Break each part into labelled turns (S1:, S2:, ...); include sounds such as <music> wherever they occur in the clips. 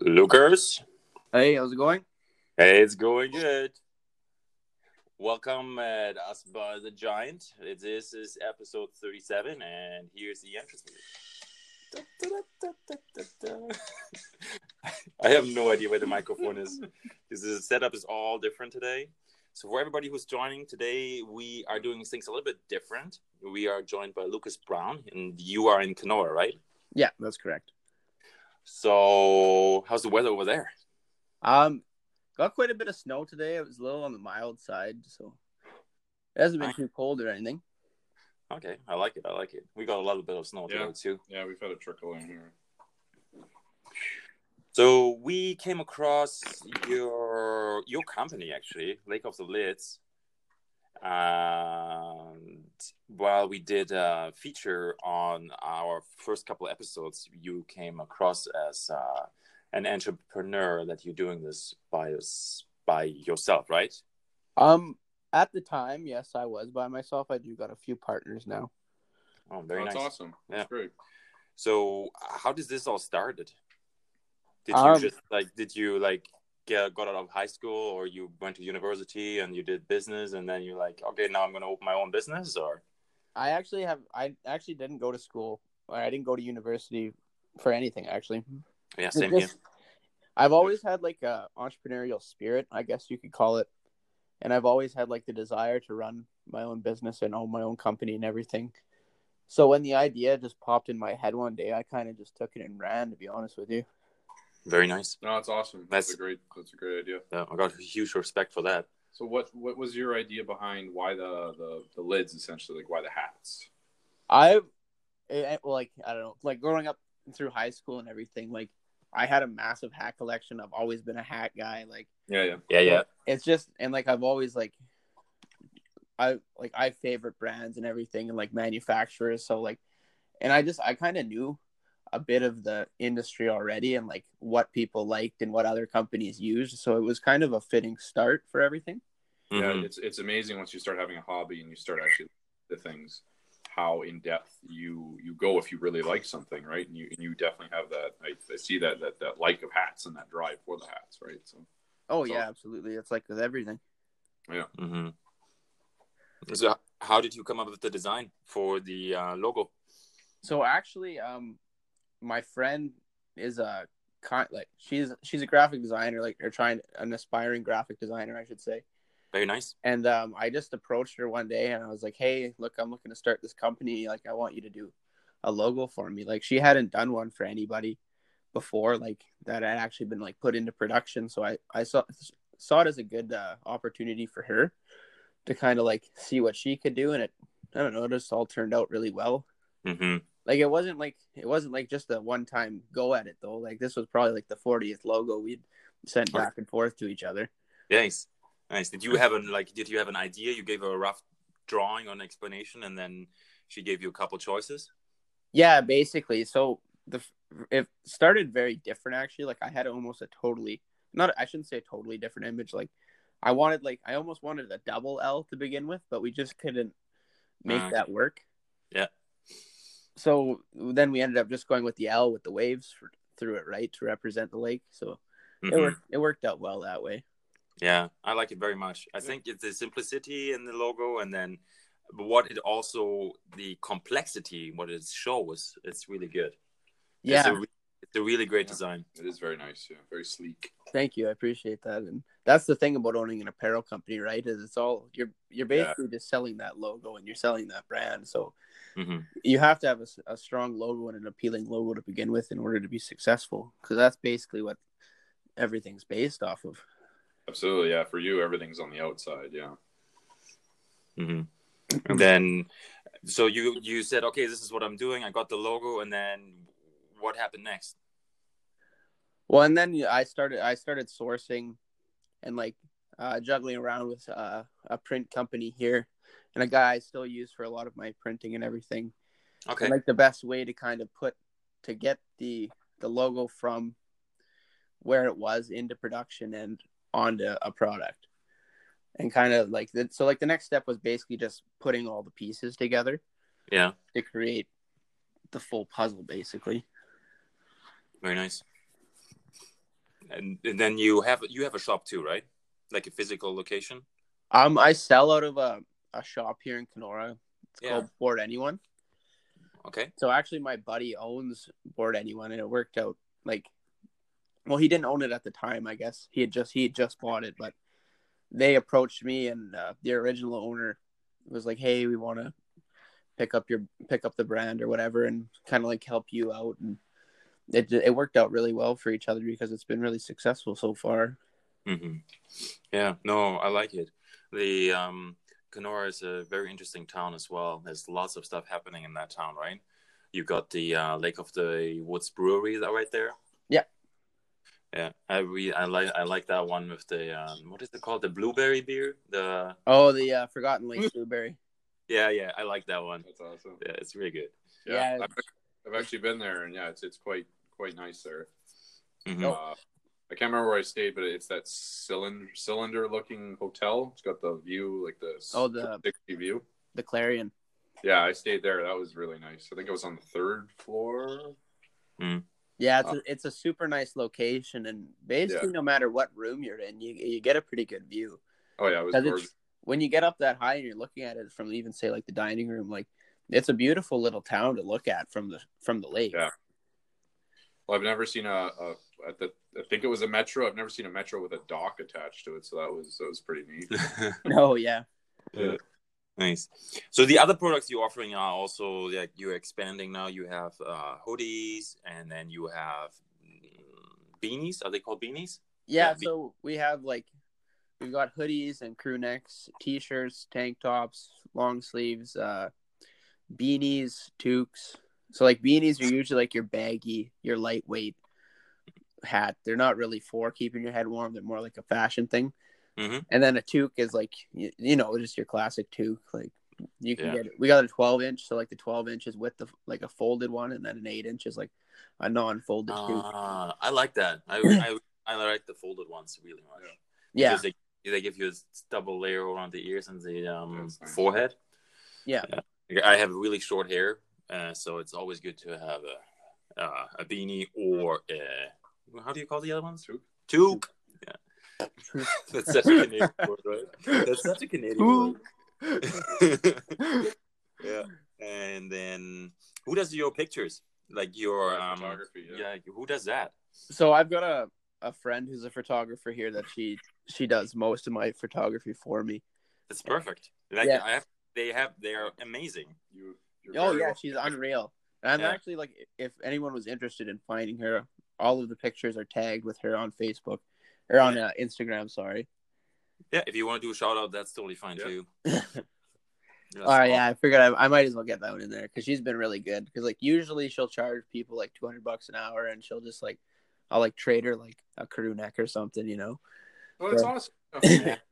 S1: Lucas.
S2: Hey, how's it going?
S1: Hey, it's going good. Welcome at Us by the Giant. This is episode 37, and here's the entrance. I have no idea where the microphone is because the setup is all different today. So, for everybody who's joining today, we are doing things a little bit different. We are joined by Lucas Brown, and you are in Kenora, right?
S2: Yeah, that's correct.
S1: So, how's the weather over there?
S2: Um, got quite a bit of snow today. It was a little on the mild side, so it hasn't been
S1: Nice.
S2: too cold or anything.
S1: Okay, I like it. I like it. We got a little bit of snow
S3: Yeah.
S1: today too.
S3: Yeah, we've had a trickle in here.
S1: So we came across your your company actually, Lake of the Lids, and while we did a feature on our first couple episodes, you came across as uh, an entrepreneur that you're doing this by us- by yourself, right?
S2: Um, at the time, yes, I was by myself. I do got a few partners now.
S1: Oh, very
S3: That's
S1: nice.
S3: awesome.
S1: Yeah.
S3: That's great.
S1: So how does this all started? Did you
S2: Um,
S1: just like did you like get got out of high school or you went to university and you did business and then you're like, okay, now I'm gonna open my own business or
S2: I actually have. I actually didn't go to school. Or I didn't go to university for anything. Actually,
S1: yeah,
S2: It
S1: same here.
S2: just- I've always had like a entrepreneurial spirit, I guess you could call it, and I've always had like the desire to run my own business and own my own company and everything. So when the idea just popped in my head one day, I kind of just took it and ran. To be honest with you,
S1: Very nice.
S3: No, it's awesome. That's,
S1: That's-
S3: a great. That's a great idea.
S1: Yeah, I got huge respect for that.
S3: So, what what was your idea behind why the the, the lids essentially, like why the hats?
S2: I, I eh, like I don't know, like growing up through high school and everything, like I had a massive hat collection. I've always been a hat guy. Like
S3: Yeah, yeah.
S1: Yeah, yeah.
S2: it's just and like I've always like I like I favorite brands and everything and like manufacturers so like and I just I kind of knew a bit of the industry already and like what people liked and what other companies used so it was kind of a fitting start for everything
S1: Mhm.
S3: Yeah, it's it's amazing once you start having a hobby and you start actually the things how in depth you you go if you really like something, right? And you and you definitely have that. I, I see that that that like of hats and that drive for the hats, right? So
S2: oh
S3: So-
S2: yeah absolutely it's like with everything
S1: Mhm. So how did you come up with the design for the uh, logo?
S2: so actually um my friend is a con- like she's she's a graphic designer like or trying an aspiring graphic designer I should say
S1: Very nice.
S2: And um, I just approached her one day and I was like, hey, look, I'm looking to start this company. Like, I want you to do a logo for me. Like, she hadn't done one for anybody before, like, that had actually been like put into production. So I, I saw, saw it as a good uh, opportunity for her to kind of like see what she could do. And it, I don't know, it just all turned out really well.
S1: hmm
S2: Like, it wasn't like, it wasn't like just a one time go at it though. Like, this was probably like the 40th logo we'd sent back and forth to each other.
S1: Nice, nice. Did you have an like? Did you have an idea? You gave her a rough drawing or an explanation, and then she gave you a couple choices.
S2: Yeah, basically. So the f- it started very different actually. Like I had almost a totally not I shouldn't say a totally different image. Like I wanted like I almost wanted a double L to begin with, but we just couldn't make
S1: Ah, okay.
S2: that work.
S1: Yeah.
S2: So then we ended up just going with the L with the waves for, through it, right, to represent the lake. So it
S1: Mhm.
S2: worked. It worked out well that way.
S1: Yeah, I like it very much. I think it's the simplicity in the logo, and then what it also the complexity what it shows. It's really good.
S2: Yeah.
S1: it's a, re- it's a really great
S3: Yeah.
S1: design.
S3: it is very nice. Yeah, very sleek.
S2: Thank you. I appreciate that. And that's the thing about owning an apparel company, right? Is it's all you're you're
S3: Yeah.
S2: basically just selling that logo and you're selling that brand. So
S1: hmm
S2: you have to have a, s- a strong logo and an appealing logo to begin with in order to be successful because that's basically what everything's based off of.
S3: Absolutely. Yeah, for you, everything's on the outside. Yeah.
S1: hmm And then, so you you said, okay, this is what I'm doing. I got the logo, and then what happened next?
S2: Well, and then yeah, I started I started sourcing and like uh, juggling around with uh, a print company here and a guy I still use for a lot of my printing and everything.
S1: Okay,
S2: And, like the best way to kind of put to get the the logo from where it was into production and onto a product and kind of like that so like the next step was basically just putting all the pieces together
S1: yeah,
S2: to create the full puzzle basically
S1: very nice. And, and then you have you have a shop too, right? Like a physical location.
S2: Um, I sell out of a, a shop here in Kenora. It's
S1: Yeah.
S2: called Board Anyone.
S1: Okay.
S2: So actually, my buddy owns Board Anyone, and it worked out like, well, he didn't own it at the time. I guess he had just he had just bought it, but they approached me, and uh, the original owner was like, "Hey, we want to pick up your pick up the brand or whatever, and kind of like help you out." And it it worked out really well for each other because it's been really successful so far.
S1: hmm Yeah, no, I like it. The um, Kenora is a very interesting town as well. There's lots of stuff happening in that town, right? You got the uh, Lake of the Woods Brewery that right there.
S2: Yeah.
S1: Yeah, I re- I like I like that one with the um, what is it called? The blueberry beer. The
S2: Oh, the uh, Forgotten Lake Blueberry.
S1: yeah yeah I like that one.
S3: That's awesome.
S1: Yeah, it's really good.
S3: Yeah,
S2: Yeah.
S3: I've, I've actually been there, and yeah, it's it's quite quite nice there.
S1: Mhm.
S3: Uh, I can't remember where I stayed, but it's that cylinder cylinder looking hotel. It's got the view, like the
S2: Oh, the-
S3: sixty view.
S2: The Clarion.
S3: Yeah, I stayed there. That was really nice. I think it was on the third floor.
S2: Yeah, it's a, it's a super nice location, and basically, no matter what room you're in, you you get a pretty good view.
S3: Oh yeah, it was
S2: 'Cause
S3: gorgeous.
S2: it's- when you get up that high and you're looking at it from even say like the dining room, like it's a beautiful little town to look at from the from the lake. <laughs>
S3: Yeah. Well, I've never seen a, a at the I think it was a metro. I've never seen a metro with a dock attached to it, so that was that was pretty neat.
S1: <laughs>
S2: No, Oh, yeah,
S3: Yeah.
S1: Nice. So the other products you're offering are also like you're expanding now. You have uh, hoodies, and then you have mm, beanies. Are they called beanies?
S2: yeah.
S1: Yeah, be-
S2: so we have like we've got hoodies and crew necks, t-shirts, tank tops, long sleeves, uh, beanies, toques. So like beanies are usually like your baggy, your lightweight hat. They're not really for keeping your head warm. They're more like a fashion thing.
S1: Mhm.
S2: And then a toque is like you, you know just your classic toque. Like you can
S1: Yeah.
S2: get we got a twelve inch, so like the twelve inch is with the like a folded one, and then an eight inch is like a non-folded toque.
S1: Uh, I like that.
S2: <clears throat>
S1: I, I I like the folded ones really much.
S2: Yeah,
S1: Because They, they give you a double layer around the ears and the um,
S3: That's nice.
S1: forehead.
S2: Yeah.
S1: Yeah. I have really short hair, uh, so it's always good to have a uh, a beanie or a, how do you call the other ones?
S3: Toque.
S1: Toque. Yeah. That's such a Canadian word, right? That's such a Canadian word. yeah. And then who does your pictures? Like your um,
S3: Photography, yeah.
S1: yeah. Who does that?
S2: so I've got a a friend who's a photographer here that she she does most of my photography for me.
S1: That's perfect. Like
S2: Yeah.
S1: I have, they have, they are amazing.
S3: You, you're
S2: Oh
S3: very
S2: yeah,
S3: welcome.
S2: she's unreal. And I'm
S1: Yeah.
S2: actually like, if anyone was interested in finding her, all of the pictures are tagged with her on Facebook or on uh, Instagram. Sorry.
S1: Yeah, if you want to do a shout out, that's totally fine
S3: Yeah.
S2: <laughs>
S1: too. That's
S2: Oh yeah, I figured I, I might as well get that one in there because she's been really good. Because like usually she'll charge people like 200 bucks an hour, and she'll just like, I'll like trade her like a crew neck or something, you know.
S3: Well, that's
S2: Yeah.
S3: awesome.
S1: Yeah.
S2: It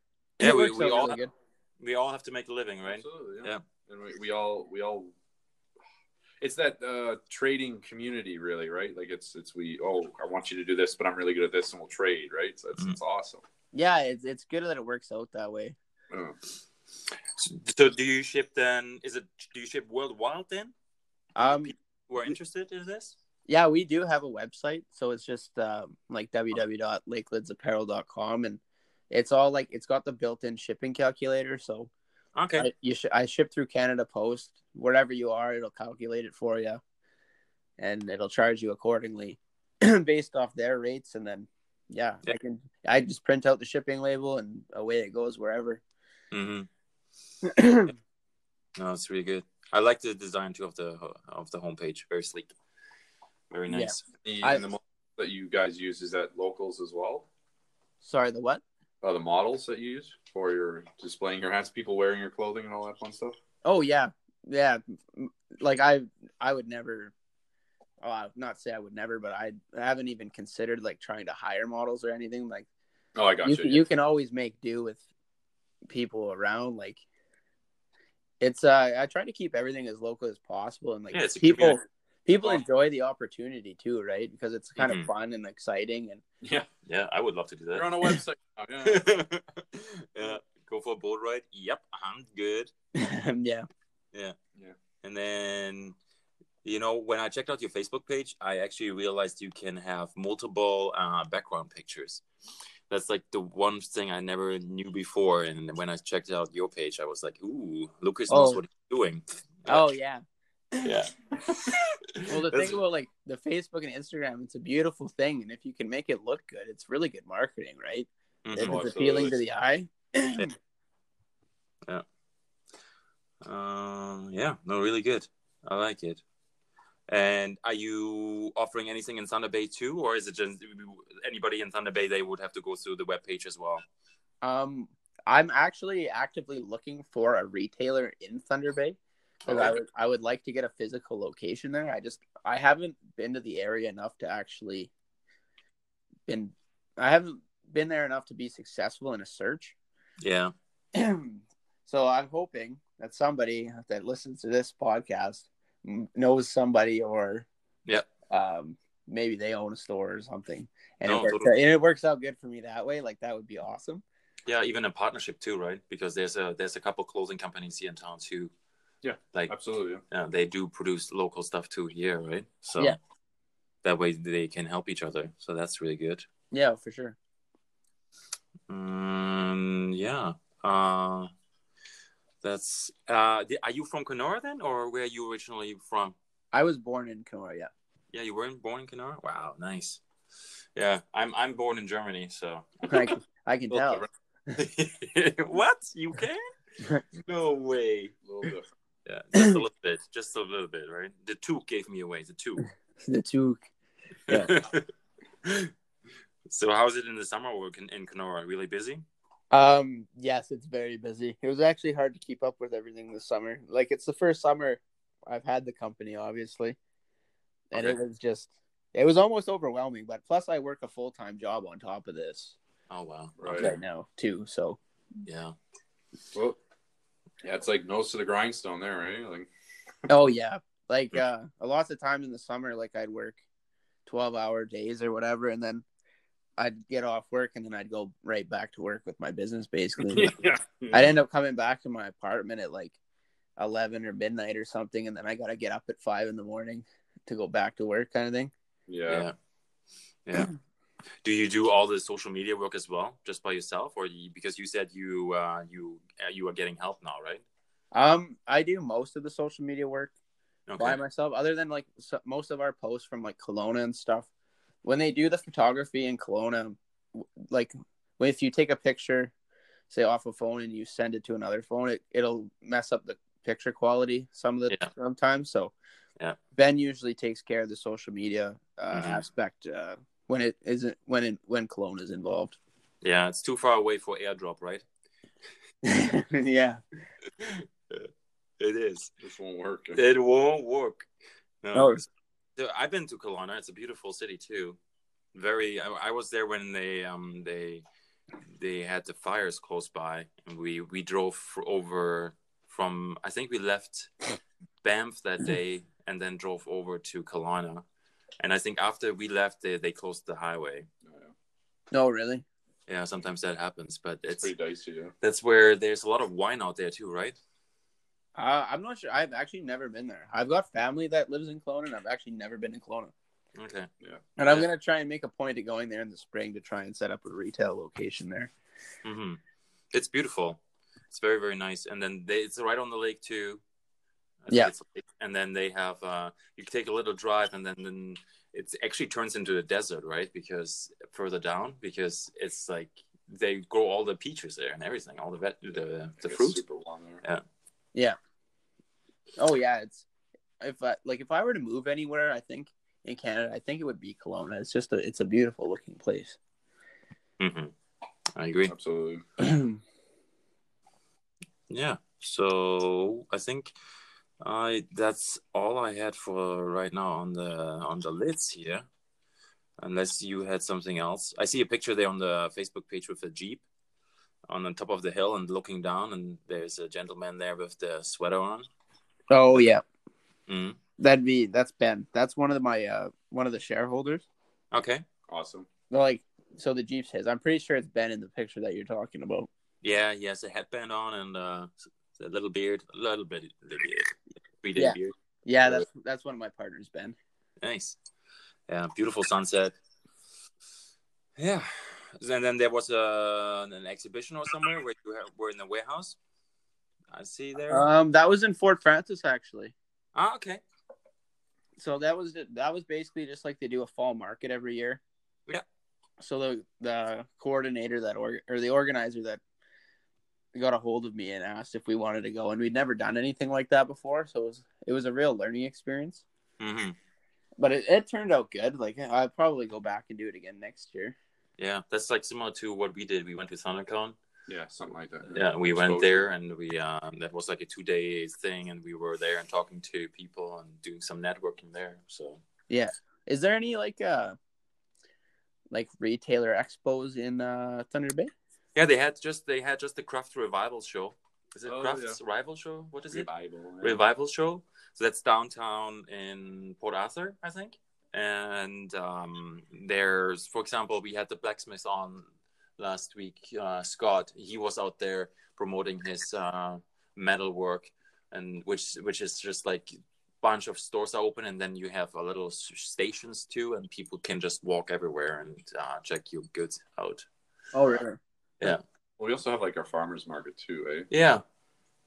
S1: Yeah, we,
S2: works
S1: we
S2: out
S1: all
S2: really good.
S1: we all have to make a living, right?
S3: Absolutely, yeah.
S1: Yeah.
S3: And we, we all we all it's that uh, trading community really, right? Like it's it's we oh I want you to do this, but I'm really good at this and we'll trade, right? So
S1: Mm-hmm.
S3: that's it's awesome.
S2: Yeah, it's it's good that it works out that way.
S3: Yeah.
S1: So, so do you ship then? Is it do you ship worldwide then?
S2: Um,
S1: Who are interested in this?
S2: Yeah, we do have a website. So it's just um, like www.lakelidsapparel.com. And it's all like, it's got the built in shipping calculator. So
S1: Okay,
S2: I, you sh- I ship through Canada Post. Wherever you are, it'll calculate it for you and it'll charge you accordingly <clears throat> based off their rates. And then, yeah,
S1: Yeah.
S2: I can, I just print out the shipping label and away it goes wherever. <clears throat>
S1: hmm no, it's really good. I like the design too of the of the homepage. Very sleek, very
S2: Yeah.
S1: nice.
S3: The,
S2: I-
S3: and the models that you guys use is that locals as well.
S2: Sorry, the what?
S3: Uh, the models that you use for your displaying your hats, people wearing your clothing and all that fun stuff.
S2: Oh yeah, yeah. M- Like I, I would never. Oh, I would not say I would never, but I, I haven't even considered like trying to hire models or anything. Like
S3: Oh, I got
S2: you, can,
S3: you
S2: you can always make do with people around. Like it's. Uh, I try to keep everything as local as possible, and like
S1: Yeah, it's a
S2: people,
S1: community.
S2: people
S1: Awesome.
S2: enjoy the opportunity too, right? Because it's kind
S1: Mhm.
S2: of fun and exciting, and
S3: <laughs> Yeah,
S1: Yeah, I would love to do
S3: you're on
S1: that. <laughs>
S3: a website. now, yeah.
S1: yeah, go for a boat ride.
S2: <laughs>
S1: Yep, I'm good.
S2: yeah,
S1: And then you know, when I checked out your Facebook page, I actually realized you can have multiple uh, background pictures. That's like the one thing I never knew before. And when I checked out your page, I was like, ooh, Lucas knows
S2: Oh.
S1: what he's doing.
S2: Oh
S1: <laughs>
S2: yeah.
S1: yeah.
S2: Well, the
S1: That's-
S2: thing about like the Facebook and Instagram, it's a beautiful thing, and if you can make it look good, it's really good marketing, right?
S1: Mhm.
S2: If
S3: Oh,
S2: it's appealing to
S3: absolutely.
S2: the eye.
S1: Uh, yeah, no, really good. I like it. And are you offering anything in Thunder Bay too, or is it just anybody in Thunder Bay? They would have to go through the webpage as well.
S2: <clears throat> Um, I'm actually actively looking for a retailer in Thunder Bay because I
S1: Okay.
S2: would I would like to get a physical location there. I just I haven't been to the area enough to actually been I haven't been there enough to be successful in a search.
S1: Yeah,
S2: <clears throat> so I'm hoping that somebody that listens to this podcast m- knows somebody or
S1: Yep.
S2: um maybe they own a store or something and,
S1: No,
S2: it works
S1: totally.
S2: out, and it works out good for me that way like that would be awesome
S1: yeah, even a partnership too, right? Because there's a there's a couple clothing companies here in town too.
S3: Yeah,
S1: like
S3: Absolutely.
S1: uh, they do produce local stuff too here, right? So
S2: Yeah.
S1: that way they can help each other. So that's really good.
S2: yeah for sure
S1: Um, yeah. Uh, that's. Uh, the- are you from Kenora then, or where are you originally from?
S2: I was born in Kenora. Yeah.
S1: Yeah, you were in, born in Kenora. Wow, nice. Yeah, I'm I'm born in Germany, so.
S2: <laughs>
S1: <laughs>
S2: I can, I can
S3: Well,
S2: tell.
S1: what you can? no way.
S3: A little different.
S1: Yeah, just a little bit, just a little bit, right? The two gave me away. The two.
S2: The two.
S1: <laughs> so how's it in the summer work in, in Kenora? Really busy?
S2: Um. Yes, it's very busy. It was actually hard to keep up with everything this summer. Like it's the first summer I've had the company, obviously, and
S1: Okay.
S2: it was just it was almost overwhelming. But plus, I work a full time job on top of this
S1: Oh wow.
S3: Right.
S2: right now too. So
S1: Yeah.
S3: Well, yeah, it's like nose to the grindstone there, right? Like,
S2: oh yeah, like uh, a lots of times in the summer, like I'd work twelve hour days or whatever, and then. I'd get off work and then I'd go right back to work with my
S1: <laughs>
S2: business basically.
S3: yeah,
S2: I'd end up coming back to my apartment at like eleven or midnight or something, and then I gotta get up at five in the morning to go back to work, kind of thing.
S3: yeah.
S1: Yeah. Yeah. do you do all the social media work as well, just by yourself, or you, because you said you uh, you uh, you are getting help now, right?
S2: Um, I do most of the social media work
S1: Okay.
S2: by myself, other than like so, most of our posts from like Kelowna and stuff. When they do the photography in Kelowna, w- like if you take a picture, say off a phone and you send it to another phone, it it'll mess up the picture quality some of the
S1: Yeah.
S2: sometimes. So
S1: Yeah.
S2: Ben usually takes care of the social media uh,
S1: Mhm.
S2: aspect uh, when it isn't when it, when Kelowna is
S1: <laughs>
S2: involved.
S1: Yeah, it's too far away for airdrop, right?
S2: yeah,
S1: It is.
S3: This won't work.
S1: It won't work.
S2: No.
S1: So I've been to Kelowna. It's a beautiful city too. Very. I, I was there when they um they they had the fires close by, and we we drove f- over from. I think we left Banff that day, and then drove over to Kelowna. And I think after we left, they they closed the highway.
S2: no, really.
S1: Yeah, sometimes that happens, but
S3: It's
S1: it's
S3: pretty dicey, yeah.
S1: that's where there's a lot of wine out there too, right?
S2: Uh, I'm not sure. I've actually never been there. I've got family that lives in Kelowna, and I've actually never been to Kelowna.
S1: Okay.
S2: And I'm
S1: Yeah.
S2: gonna try and make a point of going there in the spring to try and set up a retail location there.
S1: hmm It's beautiful. It's very very nice, and then they, it's right on the lake too. I think
S2: Yeah.
S1: it's a lake. and then they have uh, you can take a little drive, and then then it actually turns into the desert, right? Because further down, because it's like they grow all the peaches there and everything, all the vet, the the
S3: It's
S1: fruit.
S3: super warm there.
S2: Oh yeah, it's if I like if I were to move anywhere, I think in Canada, I think it would be Kelowna. It's just a it's a beautiful looking place. <clears throat>
S1: hmm I agree.
S3: Absolutely.
S1: Yeah. So I think I that's all I had for right now on the on the lids here. Unless you had something else. I see a picture there on the Facebook page with a Jeep on the top of the hill and looking down and there's a gentleman there with the sweater on.
S2: oh yeah,
S1: Mhm.
S2: that'd be that's Ben. That's one of my uh one of the shareholders.
S1: Okay.
S3: Awesome.
S2: They're like so the Jeep's his. I'm pretty sure it's Ben in the picture that you're talking about.
S1: Yeah, he has a headband on and uh, a little beard, a little bit, little beard, three day
S2: Yeah.
S1: beard.
S2: Yeah, that's that's one of my partners, Ben.
S1: Nice. Yeah, beautiful sunset. Yeah. And then there was a, an exhibition or somewhere where you ha- were in the warehouse. I see there.
S3: Uh,
S2: Um, that was in Fort Francis actually.
S1: ah, okay.
S2: So that was that was basically just like they do a fall market every year.
S1: Yeah.
S2: So the the coordinator that or, or the organizer that got a hold of me and asked if we wanted to go, and we'd never done anything like that before, so it was it was a real learning experience.
S1: Mm-hmm.
S2: But it, it turned out good. Like I'll probably go back and do it again next year.
S1: Yeah, that's like similar to what we did. We went to ThunderCon.
S3: Yeah, something like that.
S1: Yeah, we
S3: Exposure.
S1: went there and we um, that was like a two day thing, and we were there and talking to people and doing some networking there. So
S2: Is there any like uh like retailer expos in uh Thunder Bay?
S1: yeah, they had just they had just the Craft Revival show. Is it
S3: Oh,
S1: Craft's Revival show? What is it?
S3: Revival.
S1: revival show. So that's downtown in Port Arthur, I think. And um, there's, for example, we had the blacksmith on last week. Uh, Scott, he was out there promoting his uh, metal work, and which which is just like bunch of stores are open, and then you have a little s- stations too, and people can just walk everywhere and uh, check your goods out.
S2: Oh, really?
S3: Well, we also have like our farmers market too, eh?
S1: Yeah,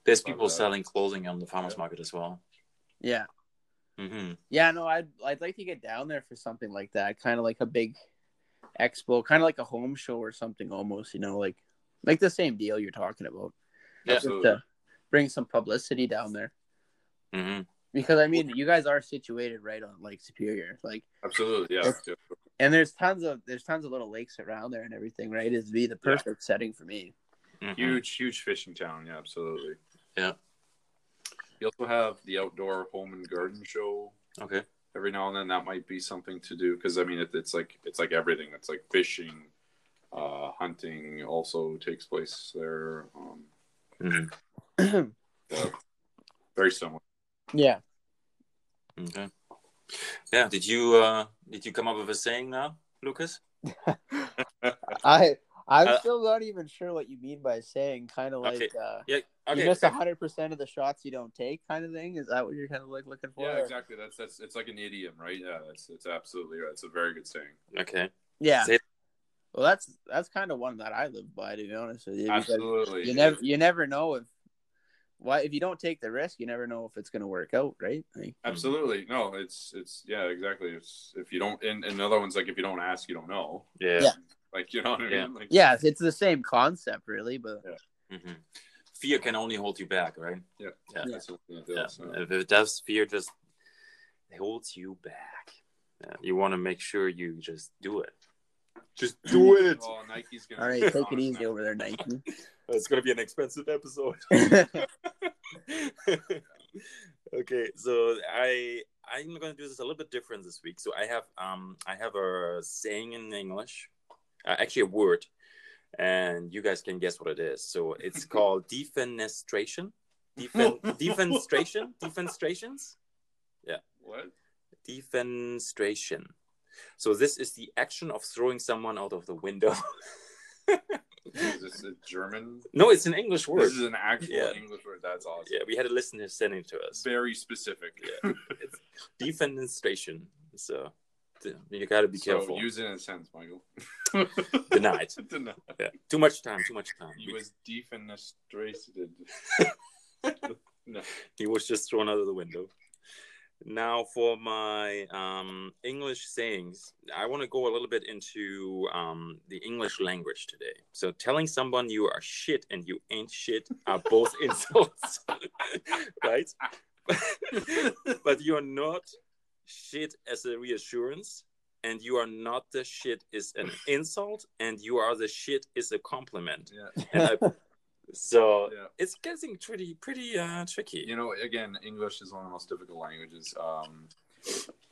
S1: there's
S3: Love
S1: people
S3: that.
S1: selling clothing on the farmers
S3: Yeah.
S1: market as well.
S2: Yeah.
S1: hmm
S2: Yeah, no, I'd I'd like to get down there for something like that, kind of like a big expo, kind of like a home show or something, almost. You know, like like the same deal you're talking about.
S1: Yeah.
S2: Just to bring some publicity down there,
S1: hmm
S2: because I mean, you guys are situated right on Lake Superior, like,
S3: Absolutely, yeah.
S2: Yes. and there's tons of there's tons of little lakes around there and everything. Right, it'd be the perfect setting for me. <clears throat>
S1: Mm-hmm.
S3: Huge, huge fishing town. Yeah, absolutely.
S1: Yeah.
S3: You also have the outdoor home and garden show
S1: Okay.
S3: every now and then. That might be something to do because I mean, it, it's like it's like everything. It's like fishing, uh, hunting also takes place there. Um,
S1: Mhm.
S3: yeah, very similar.
S2: yeah.
S1: Okay. Yeah. Did you uh did you come up with a saying now, Lucas?
S2: I I'm
S1: Uh,
S2: still not even sure what you mean by saying kind of like
S1: Okay.
S2: uh,
S1: Yeah.
S2: you
S1: Okay.
S2: miss hundred percent of the shots you don't take, kind of thing. Is that what you're kind of like looking for?
S3: Yeah,
S2: Or-
S3: exactly. That's that's it's like an idiom, right? Yeah, it's it's absolutely right. It's a very good saying.
S1: Okay.
S2: Yeah.
S1: Say-
S2: Well, that's that's kind of one that I live by, to be honest with you. because
S3: Absolutely.
S2: You never you never know if why if you don't take the risk, you never know if it's going to work out, right? Like,
S3: Absolutely. No, it's it's yeah, exactly. It's if you don't and another one's like if you don't ask, you don't know.
S1: Yeah.
S2: Yeah.
S3: Like you know what I mean?
S1: Yeah.
S3: Like
S2: yeah, it's- it's the same concept, really, but
S1: hmm Fear can only hold you back, right?
S3: Yeah.
S1: Yeah. Yeah.
S3: that's what it is, so.
S1: If it does, fear just holds you back. Yeah. You want to make sure you just do it. Just do it.
S3: Oh, Nike's gonna
S2: all right,
S3: be
S2: take it
S3: honest
S2: easy
S3: now.
S2: over there, Nike.
S1: It's gonna be an expensive episode. <laughs> okay, so I I'm gonna do this a little bit different this week. So I have um I have a saying in English, uh, actually a word, and you guys can guess what it is. So
S3: <laughs>
S1: it's called defenestration. Defen- defenestration. Defenestrations
S3: What?
S1: defenestration. So this is the action of throwing someone out of the window. <laughs>
S3: Is this a German?
S1: no, it's an English word.
S3: This is an actual
S1: Yeah.
S3: English word. That's awesome.
S1: Yeah, we had a listener sending it to
S3: It's
S1: us.
S3: very specific. <laughs>
S1: Yeah. Defenestration. So th- you got to be careful.
S3: So use it in a sentence, Michael.
S1: Denied.
S3: <laughs> Denied.
S1: Yeah. Too much time. Too much time.
S3: He was defenestrated. no.
S1: He was just thrown out of the window. Now, for my um, English sayings, I want to go a little bit into um, the English language today. So, telling someone you are shit and you ain't shit are
S3: <laughs>
S1: both insults, <laughs> right? <laughs> but you're not shit as a reassurance, and you are not the shit is an insult, and you are the shit is a compliment.
S3: Yeah.
S1: And I, so,
S3: Yeah.
S1: it's getting pretty pretty uh tricky
S3: you know again english is one of the most difficult languages um,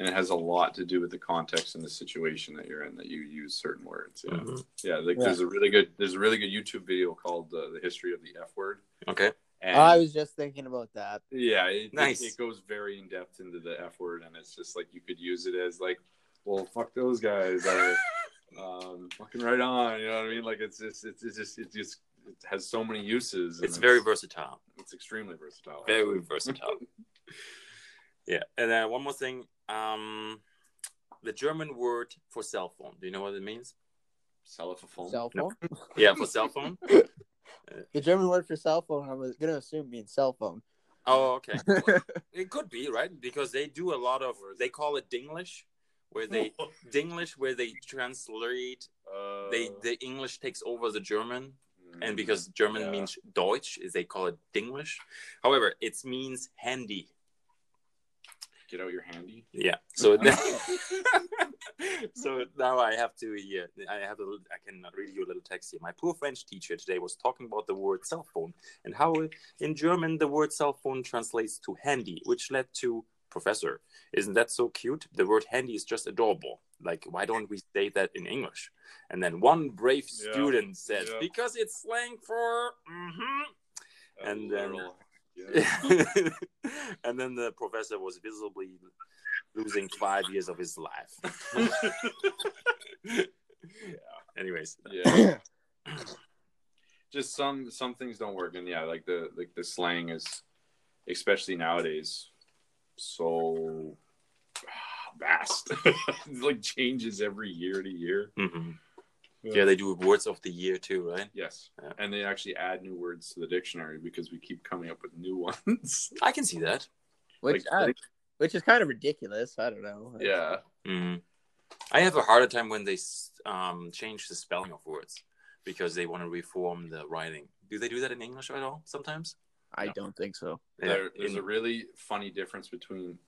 S3: and it has a lot to do with the context and the situation that you're in that you use certain words yeah
S1: Mhm.
S3: yeah like there's a really good there's a really good youtube video called uh, the history of the f word
S1: okay
S3: and
S2: <laughs> I was just thinking about that.
S3: yeah it,
S1: Nice.
S3: it, it goes very in depth into the f word and it's just like you could use it as like well fuck those guys or
S1: <laughs>
S3: um, fucking right on you know what i mean like it's just it's, it's just it just it has so many uses and
S1: it's very versatile
S3: it's extremely versatile
S1: very versatile <laughs> Yeah, and then one more thing. Um, the German word for cell phone. Do you know what it means?
S3: Sell it for phone.
S2: Cell
S1: No.
S2: phone.
S1: Yeah, for cell
S3: <laughs>
S1: phone.
S2: The German word for cell phone, I was gonna assume means cell
S3: <coughs>
S2: phone.
S1: Oh,
S3: <laughs>
S1: okay. It could be right because they do a lot of. They call it Dinglish, where they Dinglish, where they translate.
S3: Oh. Uh,
S1: They the English takes over the German, and
S3: mm,
S1: because German
S3: Yeah.
S1: means Deutsch, is they call it Dinglish. However, it means handy.
S3: get out your
S1: <laughs>
S3: handy.
S1: Yeah. So
S3: <laughs> Uh-huh.
S1: <laughs> so now I have to yeah I have a, I can read you a little text here. My poor French teacher today was talking about the word cell phone and how in German the word cell phone translates to handy, which led to professor. Isn't that so cute? The word handy is just adorable. Like why don't we say that in English? And then one brave
S3: Yeah.
S1: student said
S3: Yeah.
S1: because it's slang for. mhm." And then- <laughs>
S3: Literal- yeah.
S1: and then the professor was visibly losing five years of his life. <laughs> Anyways,
S3: yeah. just some some things don't work and yeah like the like the slang is especially nowadays so <sighs> vast <laughs> It, like changes every year to year
S1: Mhm. yeah, they do words of the year too, right?
S3: yes
S1: Yeah.
S3: and they actually add new words to the dictionary because we keep coming up with new <laughs> ones
S1: I can see that.
S2: <coughs> Which
S3: Like,
S2: uh, which is kind of ridiculous. I don't know.
S3: yeah
S1: Mhm. I have a harder time when they s- um, change the spelling of words because they want to reform the writing. Do they do that in English at all sometimes?
S2: I don't think
S3: <laughs>
S2: so. <laughs>
S3: there, there's
S1: in-
S3: a really funny difference between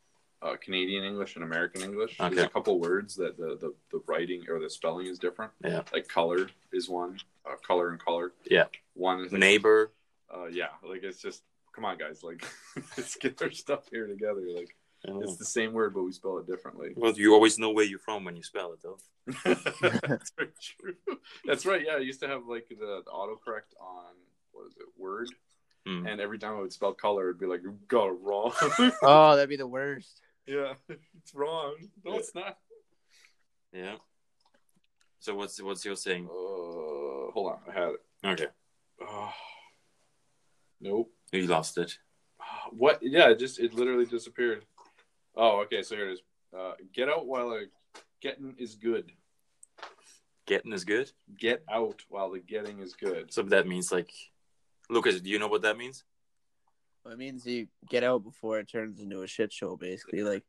S3: uh, Canadian English and American English.
S1: Okay.
S3: There's a couple words that the, the, the writing or the spelling is different.
S1: Yeah.
S3: Like color is one, uh, color and color.
S1: Yeah.
S3: One is like,
S1: neighbor.
S3: Uh, yeah. Like it's just, come on, guys. Like, <laughs> let's get our stuff here together. Like, it's
S1: Oh.
S3: the same word, but we spell it differently.
S1: <laughs>
S3: <laughs>
S1: Well, you always know where you're from when you spell it, though.
S3: That's very true. That's right. Yeah. I used to have like the, the autocorrect on, what is it, Word.
S1: Hmm.
S3: And every time I would spell color, it'd be like, you got it wrong. <laughs>
S2: Oh, that'd be the worst.
S3: Yeah, <laughs> it's wrong.
S1: No, it's
S3: not.
S1: Yeah. So what's what's your saying?
S3: Uh, hold on, I had it.
S1: Okay,
S3: Oh, nope.
S1: you lost it.
S3: Ah, What? Yeah, it just it literally disappeared. Oh, okay. So here it is. Uh, get out while the getting is good.
S1: Getting is good.
S3: Get out while the getting is good.
S1: So that means like, Lucas, do you know what that means?
S2: It means you get out before it turns into a shit show, basically. Like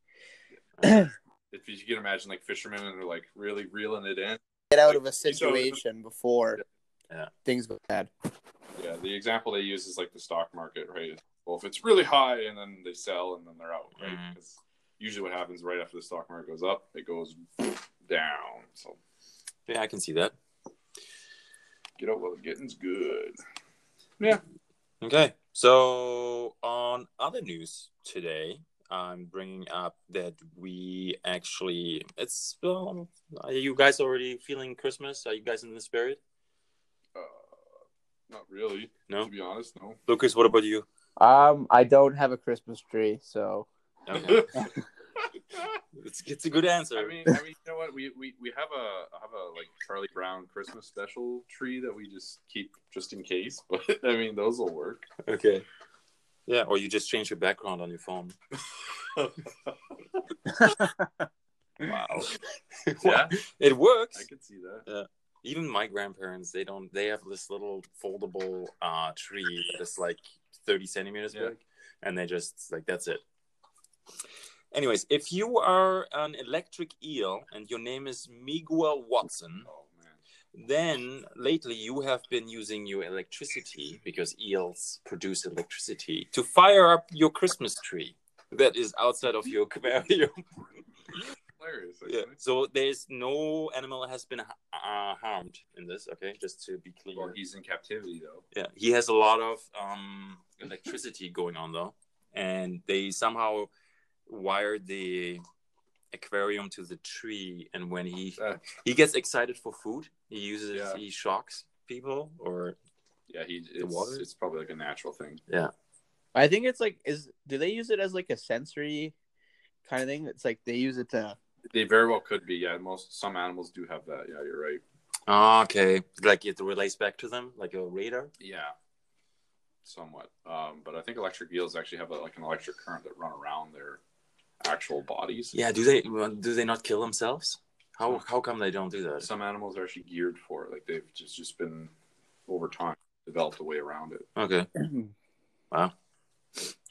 S3: If you can imagine, like fishermen, and they're like really reeling it in.
S2: get out of a
S3: you don't-
S2: situation before
S1: Yeah.
S2: things go bad.
S3: Yeah. The example they use is like the stock market, right? Well, if it's really high, and then they sell, and then they're out, right?
S1: Mhm.
S3: 'Cause usually what happens right after the stock market goes up, it goes down. So
S1: Yeah, I can see that.
S3: Get out while the getting's good.
S1: Okay. So on other news today, I'm bringing up that we actually it's well, are you guys already feeling Christmas? Are you guys in the spirit?
S3: Uh, not really.
S1: No?
S3: To be honest, no.
S1: Lucas, what about you?
S2: Um, I don't have a Christmas tree, so
S1: Okay.
S3: <laughs>
S1: it's, it's a good answer.
S3: I mean, I mean, you know what? We, we we have a have a like Charlie Brown Christmas special tree that we just keep just in case. <laughs> But I mean, those will work.
S1: okay. Yeah, or you just change your background on your
S3: <laughs>
S1: phone. Wow.
S3: Yeah,
S1: <laughs> It works.
S3: I could see that.
S1: even my grandparents they don't they have this little foldable uh tree that is like 30 centimeters
S3: Yeah.
S1: big and they just like that's it anyways if you are an electric eel and your name is miguel watson
S3: Oh man.
S1: then lately you have been using your electricity because eels produce electricity to fire up your christmas tree that is outside of your <laughs> aquarium
S3: Hilarious.
S1: yeah.
S3: actually.
S1: So there's no animal has been uh, harmed in this. Okay, just to be clear.
S3: Well, he's in captivity though.
S1: yeah, he has a lot of um, electricity going on though, and they somehow wired the aquarium to the tree. And when he
S3: Ah.
S1: he gets excited for food, he uses
S3: Yeah.
S1: he shocks people or
S3: Yeah, he. It's,
S1: water?
S3: it's probably like a natural thing.
S2: I think it's like is do they use it as like a sensory kind of thing? It's like they use it to <clears throat>
S3: They very well could be. Yeah, most some animals do have that. Yeah, you're right.
S1: ah, okay, like it relates back to them like a radar.
S3: Yeah, somewhat. Um, but I think electric eels actually have a, like an electric current that run around their actual bodies.
S1: Yeah, do they do they not kill themselves? How how come they don't do that?
S3: Some animals are actually geared for it. Like they've just just been over time developed a way around it.
S1: Okay,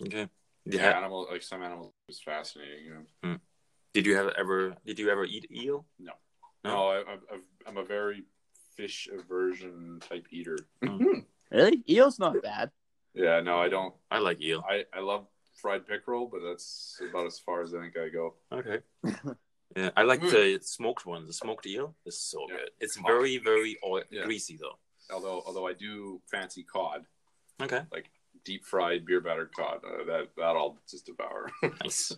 S1: okay.
S3: Yeah,
S1: Yeah.
S3: animal like some animals is fascinating. You know,
S1: Did you have ever did you ever eat eel? No.
S3: no, I, I've, I've, I'm a very fish aversion type eater.
S1: Mm-hmm.
S2: Really? Eel's not bad.
S3: Yeah, no, I don't.
S1: I like eel.
S3: I I love fried pickerel, but that's about as far as I think I go.
S1: Okay. yeah, I like
S3: Mm.
S1: the smoked one. The smoked eel is so
S3: Yeah.
S1: good. It's
S3: Coffee.
S1: very very oil-
S3: Yeah.
S1: greasy though.
S3: Although although I do fancy cod,
S1: Okay,
S3: deep fried beer battered cod. Uh, that that I'll just
S1: <laughs>
S3: devour.
S1: nice.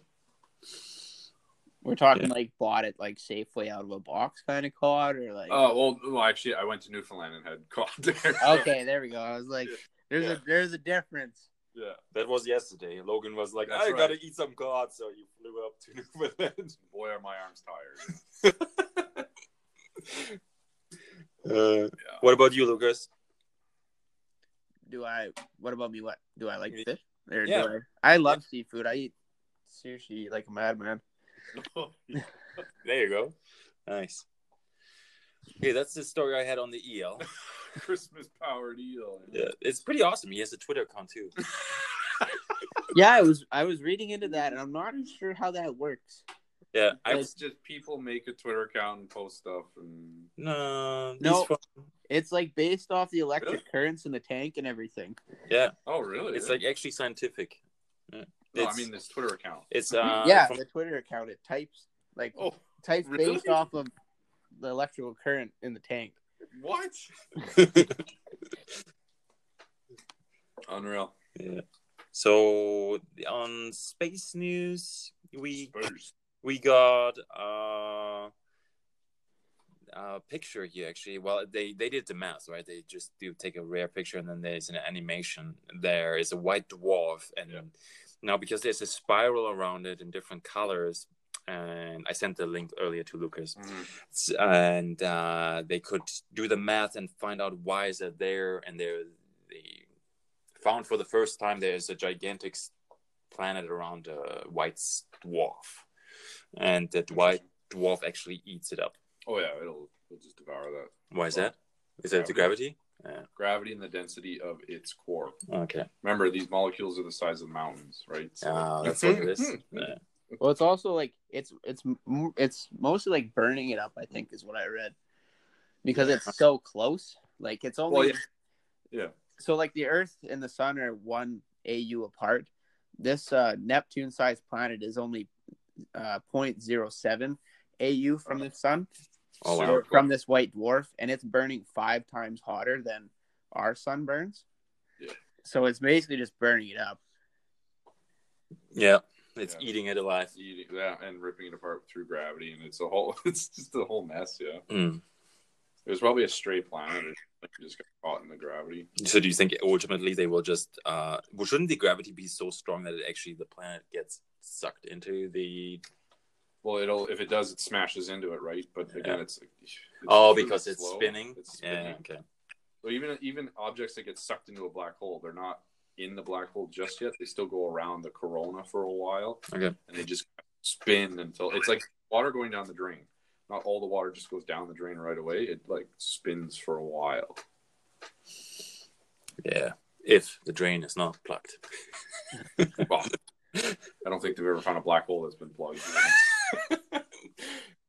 S2: We're talking
S1: Yeah.
S2: like bought it like Safeway out of a box kind of cod or like.
S3: Oh well, well, actually, I went to Newfoundland and had cod <laughs> there.
S2: Okay, there we go. I was like, there's
S3: Yeah.
S2: a there's a difference.
S3: Yeah,
S1: That was yesterday. Logan was like,
S3: That's
S1: "I
S3: right.
S1: gotta eat some cod," so you flew up to <laughs> Newfoundland.
S3: boy, are my arms tired.
S1: Uh,
S3: Yeah.
S1: what about you, Lucas?
S2: Do I? What about me? What do I like
S1: Yeah.
S2: fish? Or
S1: Yeah.
S2: do I? I love seafood. I eat sushi like a madman.
S1: There you go. Nice. Okay, that's the story I had on the EL.
S3: <laughs> Christmas powered eel.
S1: <laughs> Yeah, it's pretty awesome. He has a Twitter account too.
S2: Yeah, I was I was reading into that, and I'm not sure how that works.
S1: Yeah, I
S3: It's just people make a Twitter account and post stuff, and
S1: no, he's
S2: No.
S1: from-
S2: It's like based off the electric
S3: Really?
S2: currents in the tank and everything.
S1: yeah,
S3: oh really?
S1: it's like actually scientific. Yeah.
S3: no, I
S1: it's-
S3: mean this Twitter account.
S1: <laughs> It's uh,
S2: yeah,
S1: from-
S2: the Twitter account it types like
S3: Oh,
S2: types
S3: really?
S2: based off of the electrical current in the tank.
S3: what?
S1: <laughs>
S3: Unreal.
S1: yeah. So on space news, we
S3: Spurs.
S1: we got uh, a picture here actually. Well, they they did the math right. They just do take a rare picture and then there's an animation. There is a white dwarf, and
S3: Yeah.
S1: now because there's a spiral around it in different colors. And I sent the link earlier to Lucas,
S3: Mm.
S1: S- and uh, they could do the math and find out why is that there. And they're, they found for the first time there's a gigantic s- planet around a white s- dwarf, and that white dwarf actually eats it up.
S3: Oh yeah, it'll it'll just devour that.
S1: Why is that? Is that the
S3: Gravity.
S1: gravity?
S3: Gravity and the density of its core.
S1: Okay,
S3: Remember, these molecules are the size of mountains, right? So- <laughs>
S1: Ah, that's what it is.
S3: Hmm.
S1: Uh, Yeah.
S2: Well, it's also like it's it's m- it's mostly like burning it up. I think is what I read because it's so close. Like it's only
S3: Well, yeah. Yeah.
S2: So like the Earth and the Sun are one AU apart. This uh, Neptune-sized planet is only uh, 0.07 AU from the Sun
S1: Oh
S3: So-
S1: wow.
S2: or from this white dwarf, and it's burning five times hotter than our sun burns.
S3: Yeah.
S2: So it's basically just burning it up.
S1: Yeah, it's
S3: Yeah.
S1: eating it alive.
S3: eating that and ripping it apart through gravity, and it's a whole. <laughs> It's just a whole mess. Yeah,
S1: Mm.
S3: it was probably a stray planet. It like, just got caught in the gravity.
S1: So do you think ultimately they will just? Uh, well, shouldn't the gravity be so strong that it actually the planet gets sucked into the
S3: Well, it'll if it does, it smashes into it, right? But again,
S1: Yeah.
S3: it's, like, it's
S1: Oh,
S3: really
S1: because it's
S3: slow.
S1: spinning?
S3: It's spinning.
S1: Yeah, okay.
S3: So even even objects that get sucked into a black hole, they're not in the black hole just yet. They still go around the corona for a while.
S1: Okay.
S3: And they just spin until it's like water going down the drain. Not all the water just goes down the drain right away. It like spins for a while.
S1: Yeah. If the drain is not plugged.
S3: Well, I don't think they've ever found a black hole that's been plugged.
S1: <laughs>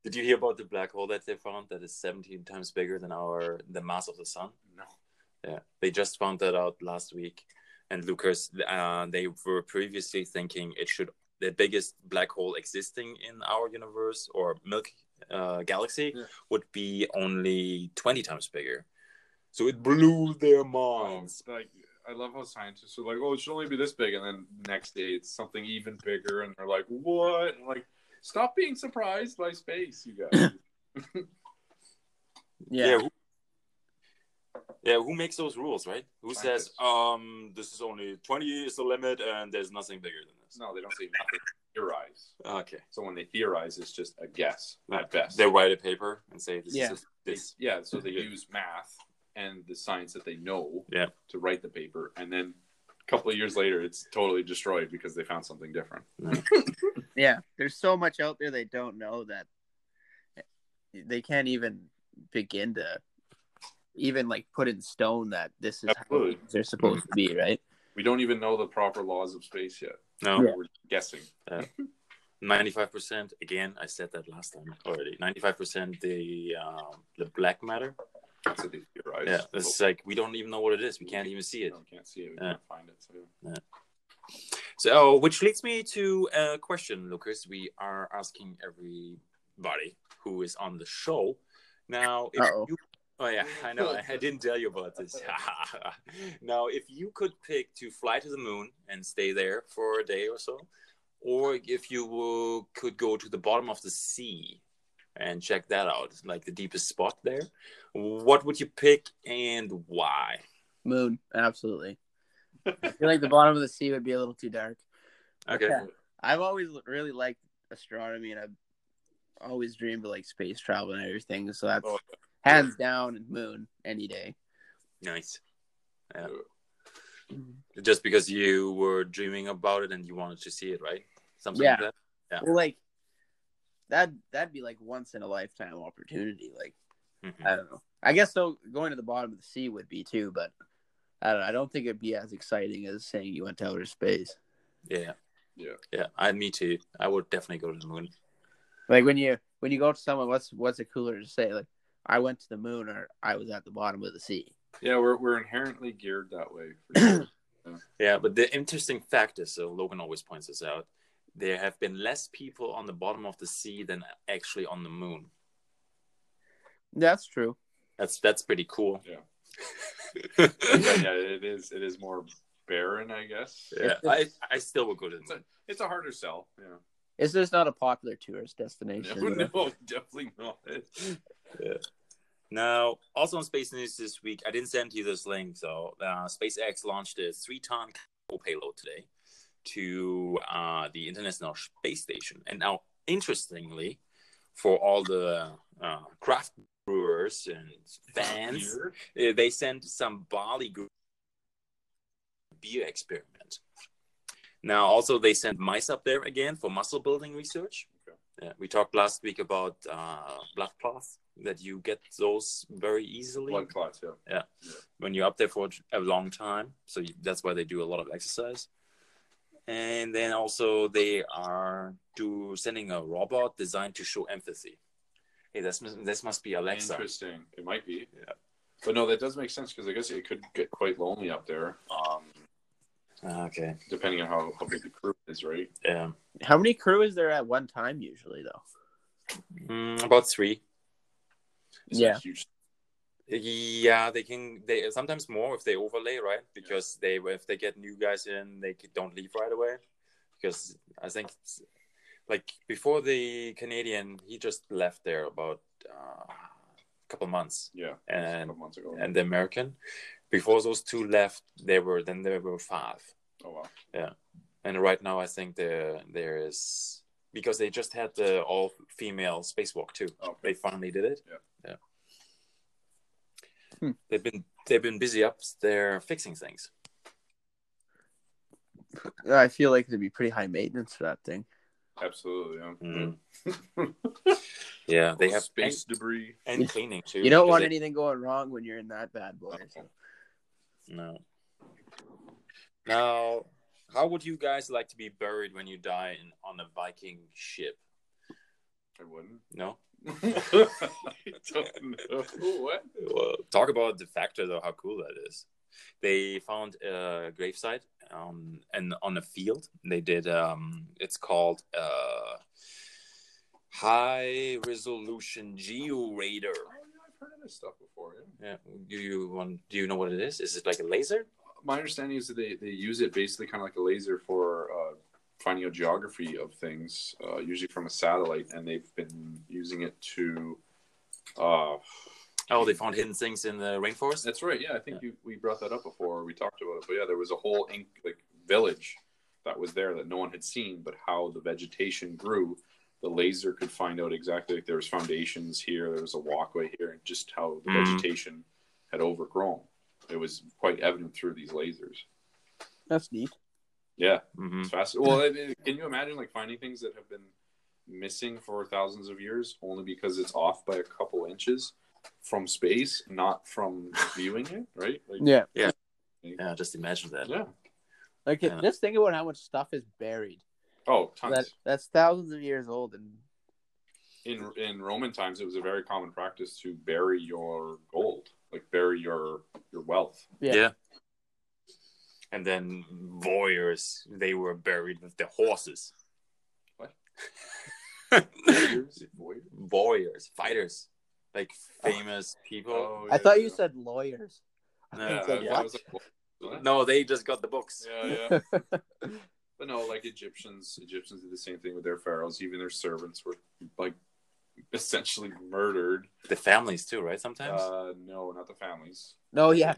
S1: Did you hear about the black hole that they found that is 17 times bigger than our the mass of the sun?
S3: <laughs> No.
S1: Yeah. They just found that out last week. And Lucas, uh, they were previously thinking it should the biggest black hole existing in our universe or Milky uh, Galaxy
S3: Yeah.
S1: would be only 20 times bigger. So it blew their minds.
S3: It's like I love how scientists are like, "Oh, it should only be this big," and then next day it's something even bigger, and they're like, "What?" And like, stop being surprised by space, you <coughs> guys.
S1: Yeah. who, yeah, who makes those rules, right? Who says,
S3: Scientists.
S1: um, this is only 20 is the limit and there's nothing bigger than this?
S3: no, they don't say nothing. Theorize.
S1: Okay.
S3: So when they theorize, it's just a guess at best.
S1: They write a paper and say, this
S2: Yeah.
S1: is this.
S3: yeah, so they
S1: Yeah.
S3: use math and the science that they know
S1: Yeah.
S3: to write the paper, and then couple of years later, it's totally destroyed because they found something different.
S2: Yeah, there's so much out there they don't know that they can't even begin to even like put in stone that this is how
S3: Absolutely.
S2: they're supposed to be, right?
S3: We don't even know the proper laws of space yet.
S1: No,
S2: Yeah.
S3: We're guessing.
S1: 95%, again, I said that last time already. 95% the um, the black matter.
S3: That's what they theorize.
S1: Yeah, it's like we don't even know what it is. We can't even see it.
S3: No, we can't see it. We
S1: Yeah.
S3: can't find it. So.
S1: So, which leads me to a question, Lucas. We are asking everybody who is on the show. Now, if
S2: Uh-oh.
S1: you, oh yeah, I know, I, I didn't tell you about this. <laughs> now, if you could pick to fly to the moon and stay there for a day or so, or if you will, could go to the bottom of the sea and check that out, like the deepest spot there, what would you pick and why?
S2: Moon, absolutely.
S3: <laughs>
S2: I feel like the bottom of the sea would be a little too dark.
S1: Okay,
S2: Yeah. I've always l- really liked astronomy, and I've always dreamed of like space travel and everything. So that's
S3: Oh,
S2: hands down moon any day.
S1: nice. Yeah. just because you were dreaming about it and you wanted to see it, right? Something like that.
S2: Well, like that that'd be like once in a lifetime opportunity. Like
S1: Mhm.
S2: I don't know. I guess though going to the bottom of the sea would be too, but I don't. I don't think it'd be as exciting as saying you went to outer space.
S1: Yeah,
S3: Yeah.
S1: yeah. I, me too. I would definitely go to the moon.
S2: Like when you when you go to someone, what's what's it cooler to say? Like I went to the moon or I was at the bottom of the sea.
S3: Yeah, we're, we're inherently geared that way. For
S1: <clears throat>
S3: sure.
S1: Yeah, but the interesting fact is, so Logan always points this out. There have been less people on the bottom of the sea than actually on the moon.
S2: That's true.
S1: That's that's pretty cool. <laughs>
S3: Yeah.
S1: yeah,
S3: yeah, yeah, it is. It is more barren, I guess.
S1: I, I still would go to the
S3: It's
S1: moon.
S3: a, it's a harder sell. Yeah.
S2: It's just not a popular tourist destination.
S3: No,
S2: is it?
S3: no, <laughs> definitely not.
S1: Now, also on space news this week, I didn't send you this link though. Uh, SpaceX launched a three-ton cargo payload today to uh, the International Space Station, and now, interestingly, for all the uh, craft brewers and fans,
S3: Weird.
S1: uh, they sent some barley gr- beer experiment. Now, also, they sent mice up there again for muscle building research.
S3: Okay.
S1: Yeah, we talked last week about uh, blood clots that you get those very easily
S3: Blood clots. Yeah.
S1: when you're up there for a long time. So you, that's why they do a lot of exercise. And then also they are do sending a robot designed to show empathy. Hey, this must- this must be Alexa.
S3: Interesting. It might be.
S1: Yeah.
S3: But no, that does make sense because I guess it could get quite lonely up there, um,
S1: Ah, Okay.
S3: depending on how, how big the crew is, right?
S1: Yeah.
S2: How many crew is there at one time usually though?
S1: Mm, about three.
S3: It's
S2: Yeah.
S3: A huge,
S1: Yeah, they can. They sometimes more if they overlay, right? Because they if they get new guys in, they c- don't leave right away. Because I think, it's- like before the Canadian, he just left there about uh, a couple months,
S3: yeah.
S1: And-
S3: a couple months ago.
S1: and the American, before those two left, there were then there were five,
S3: oh wow.
S1: and right now I think there there is because they just had the all female spacewalk too
S3: Okay.
S1: they finally did it.
S3: Yeah.
S1: Yeah.
S2: Hmm.
S1: They've been they've been busy up there fixing things.
S2: I feel like it'd be pretty high maintenance for that thing.
S3: Absolutely. Yeah.
S1: Mm.
S3: <laughs>
S1: yeah, they
S3: Well,
S1: have
S3: space debris.
S1: and, and cleaning too.
S2: You don't
S1: because
S2: want
S1: they-
S2: anything going wrong when you're in that bad boy. so.
S1: No. Now, how would you guys like to be buried when you die in, on a Viking ship? <laughs>
S3: I wouldn't. <laughs>
S1: No.
S3: I don't know. What?
S1: Well, talk about the factor though. How cool that is. They found a gravesite um, and on a field. They did. Um, it's called uh, high resolution georadar.
S3: Oh, yeah, I've heard of this stuff before. Yeah.
S1: Yeah. Do you want? Do you know what it is? Is it like a laser?
S3: My understanding is that they, they use it basically kind of like a laser for uh, finding a geography of things, uh, usually from a satellite, and they've been using it to. Uh,
S1: Oh, they found hidden things in the rainforest.
S3: that's right. Yeah, I think You, we brought that up before. We talked about it, but yeah, there was a whole ink, like village that was there that no one had seen, but how the vegetation grew. The laser could find out exactly like there was foundations here, there was a walkway here, and just how the
S1: Mhm.
S3: vegetation had overgrown. It was quite evident through these lasers.
S2: That's neat.
S3: Yeah,
S1: Mm-hmm.
S3: it's fast. Well, it, it- can you imagine like finding things that have been missing for thousands of years only because it's off by a couple inches from space, not from viewing it, right? Like,
S2: Yeah.
S1: Yeah, just imagine that.
S3: yeah.
S2: Like
S1: Yeah.
S2: just think about how much stuff is buried.
S3: Oh, tons.
S2: That that's thousands of years old and
S3: in in Roman times, it was a very common practice to bury your gold, like bury your your wealth.
S2: yeah.
S1: Yeah. And then warriors, they were buried with their horses. <laughs>
S3: What?
S1: warriors,
S3: Is it void?
S1: fighters, like famous people.
S3: Oh,
S2: I thought
S3: yeah,
S2: you
S3: yeah.
S2: said lawyers.
S1: No,
S3: Yeah,
S2: It's like,
S3: I
S2: what?
S3: was like, what? What?
S1: No, they just got the books.
S3: Yeah, yeah.
S2: <laughs>
S3: but no, like Egyptians, Egyptians did the same thing with their pharaohs. Even their servants were like essentially murdered.
S1: The families too, right? Sometimes.
S3: Uh, no, not the families.
S2: No, yeah.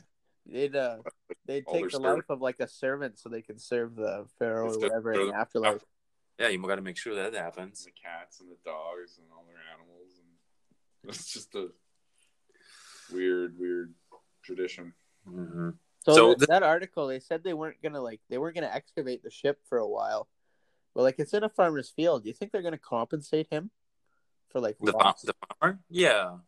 S2: They'd uh they'd
S3: All
S2: take
S3: their
S2: the
S3: servants.
S2: life of like a servant so they can serve the pharaoh or
S3: It's the-
S2: whatever in the afterlife.
S1: yeah, you got to make sure that happens.
S3: The cats and the dogs and all their animals, and <laughs> it's just a weird, weird tradition.
S1: Mm-hmm.
S2: So,
S1: So
S2: th-
S1: th-
S2: that article, they said they weren't gonna like they weren't gonna excavate the ship for a while, but like it's in a farmer's field. Do you think they're gonna compensate him for like?
S1: The, fa-
S2: loss?
S1: the farmer? Yeah,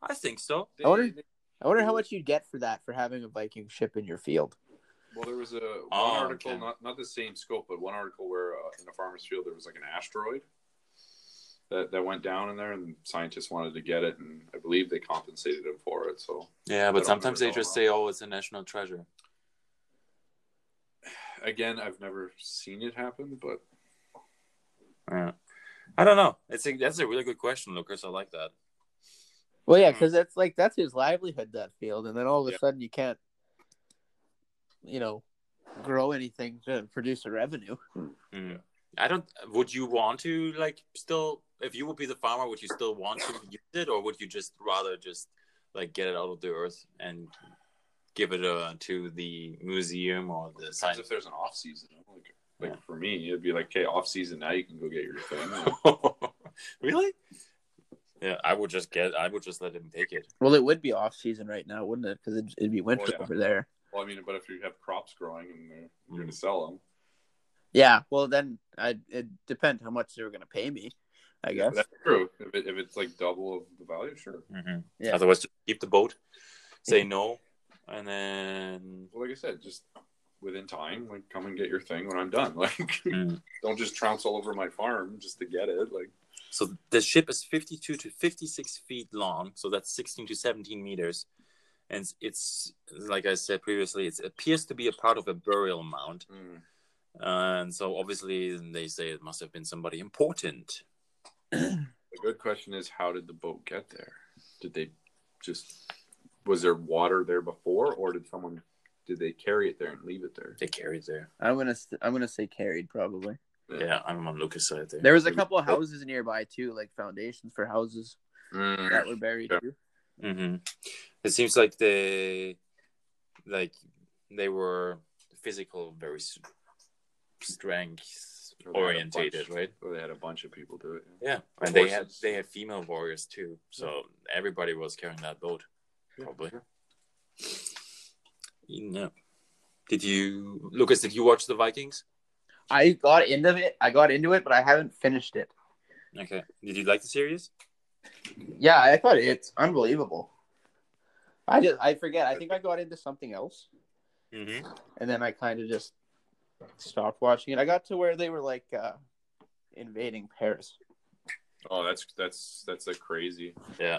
S1: I think so.
S3: They-
S2: I wonder-
S3: they-
S2: I wonder how much you'd get for that for having a Viking ship in your field.
S3: Well, there was a one
S1: Oh,
S3: article,
S1: okay.
S3: not not the same scope, but one article where uh, in a farmer's field there was like an asteroid that that went down in there, and scientists wanted to get it, and I believe they compensated him for it. So
S1: Yeah,
S3: I don't
S1: but sometimes they
S3: remember
S1: just
S3: all
S1: say, "Oh, it's a national treasure."
S3: again, I've never seen it happen, but
S1: Yeah. I don't know. It's a, that's a really good question, Lucas. I like that.
S2: Well, yeah, because that's like that's his livelihood that field, and then all of a
S3: Yeah.
S2: sudden you can't, you know, grow anything to produce a revenue.
S1: Mm. I don't. Would you want to like still? If you would be the farmer, would you still want to use it, or would you just rather just like get it out of the earth and give it uh, to the museum or the
S3: sometimes
S1: science? <laughs>
S3: if there's an off season, like like
S1: Yeah.
S3: for me, it'd be like, okay, off season now you can go get your thing. <laughs>
S1: really? Yeah, I would just get. I would just let him take it.
S2: Well, it would be off season right now, wouldn't it? Because it'd, it'd be winter
S3: Oh, yeah.
S2: over there.
S3: well, I mean, but if you have crops growing and they're, you're
S1: Mm.
S3: going to sell them,
S2: Yeah. Well, then I it depend how much they were gonna pay me. I guess.
S3: that's true. If, it, if it's like double of the value, sure.
S1: Mm-hmm.
S2: Yeah.
S1: Otherwise, just keep the boat. Say no, and then
S3: well, like I said, just within time, like come and get your thing when I'm done. <laughs> Like,
S1: Mm.
S3: don't just trounce all over my farm just to get it. Like,
S1: So the ship is 52 to 56 feet long, so that's 16 to 17 meters. And it's, like I said previously, it appears to be a part of a burial mound.
S3: Hmm.
S1: And so obviously they say it must have been somebody important.
S3: the good question is, how did the boat get there? Did they just was there water there before, or did someone did they carry it there and leave it there?
S1: They carried there.
S2: I'm gonna st- I'm gonna say carried probably.
S1: Yeah, I'm on Lucas' side there.
S2: There was a couple of houses nearby too, like foundations for houses that were buried
S3: Yeah.
S2: too.
S1: hmm It seems like they, like, they were physical, very s- strength
S3: Or they had a
S1: orientated,
S3: bunch.
S1: right?
S3: Or they had a bunch of people do it.
S1: Yeah,
S3: Or
S1: and they had
S3: horses.
S1: they had female warriors too, so everybody was carrying that boat, probably. No. Did you, Lucas? Did you watch the Vikings?
S2: I got into it. I got into it, but I haven't finished it.
S1: Okay. Did you like the series?
S2: Yeah, I thought it's unbelievable. I just I forget. I think I got into something else,
S1: Mm-hmm.
S2: and then I kind of just stopped watching it. I got to where they were like uh, invading Paris. <clears throat>
S3: Oh, that's that's that's like crazy.
S1: Yeah.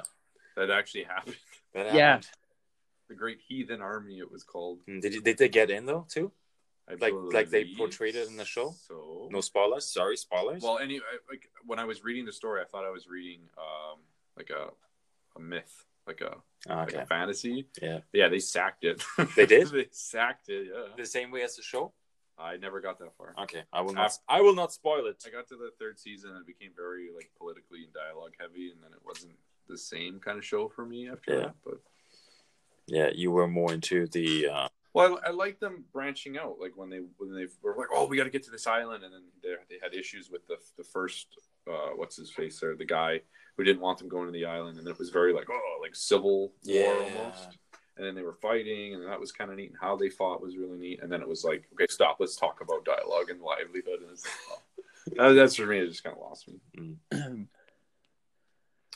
S3: That actually <laughs> happened.
S1: That
S2: Yeah.
S1: happened.
S3: The Great Heathen Army, it was called.
S1: Mm, Did you, did they get in though too?
S3: I
S1: Like- like they
S3: believe.
S1: portrayed it in the show?
S3: So
S1: No spoilers. Sorry, spoilers.
S3: Well, any I- like when I was reading the story, I thought I was reading um like a a myth, like a
S1: Ah,
S3: like
S1: okay.
S3: a fantasy.
S1: Yeah.
S3: Yeah, they sacked it.
S1: <laughs> They did?
S3: <laughs> they sacked it. Yeah.
S1: The same way as the show.
S3: I never got that far.
S1: Okay. I will not. I will not spoil it.
S3: I got to the third season and it became very like politically and dialogue heavy, and then it wasn't the same kind of show for me after
S1: Yeah.
S3: that. But
S1: Yeah, you were more into the. Uh,
S3: well, I, I like them branching out. Like when they when they were like, oh, we got to get to this island, and then they they had issues with the the first uh, what's his face there, the guy who didn't want them going to the island, and it was very like oh like civil war almost. and then they were fighting, and that was kind of neat. And how they fought was really neat. And then it was like, okay, stop. Let's talk about dialogue and livelihood. And it's like, oh. That- that's for me. It just kind of lost me.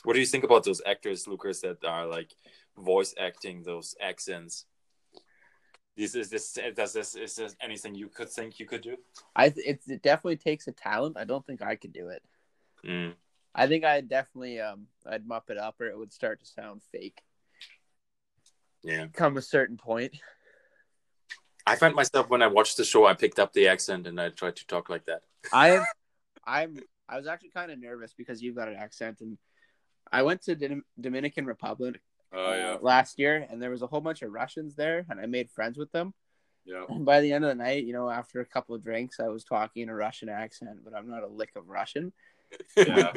S1: What do you think about those actors, Lucas, that are like voice acting those accents? This is this does this is this anything you could think you could do?
S2: I th- it's, it definitely takes a talent. I don't think I could do it.
S1: Mm.
S2: I think I'd definitely um I'd muff it up or it would start to sound fake.
S1: Yeah,
S2: Come a certain point.
S1: I find myself when I watch the show, I picked up the accent and I tried to talk like that.
S3: <laughs>
S2: I'm I'm I was actually kind of nervous because you've got an accent and I went to Din- Dominican Republic
S3: Oh yeah,
S2: uh, last year and there was a whole bunch of Russians there and I made friends with them.
S3: yeah.
S2: And by the end of the night, you know, after a couple of drinks, I was talking in a Russian accent, but I'm not a lick of Russian.
S3: Yeah. <laughs>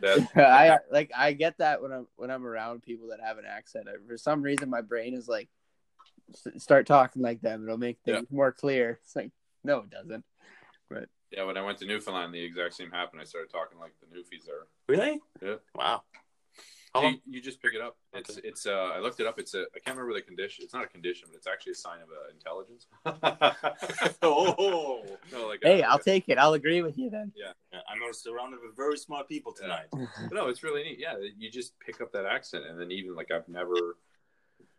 S3: That
S2: <laughs> I like I get that when I'm when I'm around people that have an accent. I, for some reason, my brain is like, s- start talking like them. It'll make
S3: Yeah.
S2: things more clear. It's like no, it doesn't.
S3: yeah. When I went to Newfoundland, the exact same happened. I started talking like the Newfies are.
S1: <laughs> really?
S3: Yeah.
S1: Wow. How long?
S3: You, you just pick it up. It's it's. Uh, I looked it up. It's a. I can't remember the condition. It's not a condition, but it's actually a sign of uh, intelligence. oh <laughs> no! Like
S2: Hey,
S3: uh,
S2: I'll take it. I'll agree with you then.
S1: Yeah, I'm surrounded with very smart people tonight.
S3: No, it's really neat. Yeah, you just pick up that accent, and then even like I've never,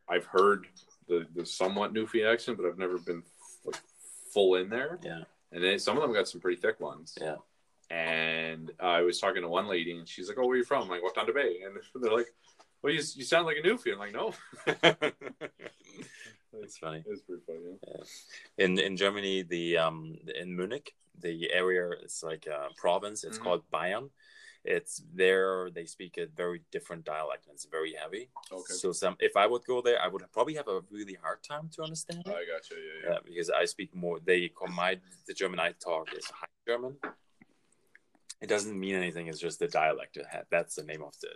S3: I've heard the the somewhat Newfie accent, but I've never been like full in there.
S1: Yeah.
S3: And then some of them got some pretty thick ones.
S1: Yeah.
S3: And I was talking to one lady, and she's like, "Oh, where are you from?" I'm like, "Wakanda Bay," and <laughs> they're like, "Well, you you sound like a Newfie." I'm like, "No." <laughs>
S1: <laughs> It's funny.
S3: It's pretty funny. Yeah.
S1: In in Germany, the um in Munich, the area is like a province. It's
S3: Mhm.
S1: called Bayern. It's there. They speak a very different dialect, and it's very heavy.
S3: Okay.
S1: So some, if I would go there, I would probably have a really hard time to understand
S3: Oh, I
S1: it.
S3: gotcha. Yeah, yeah.
S1: Yeah, because I speak more. They call my the German I talk is High German. It doesn't mean anything. It's just the dialect. it had. That's the name of the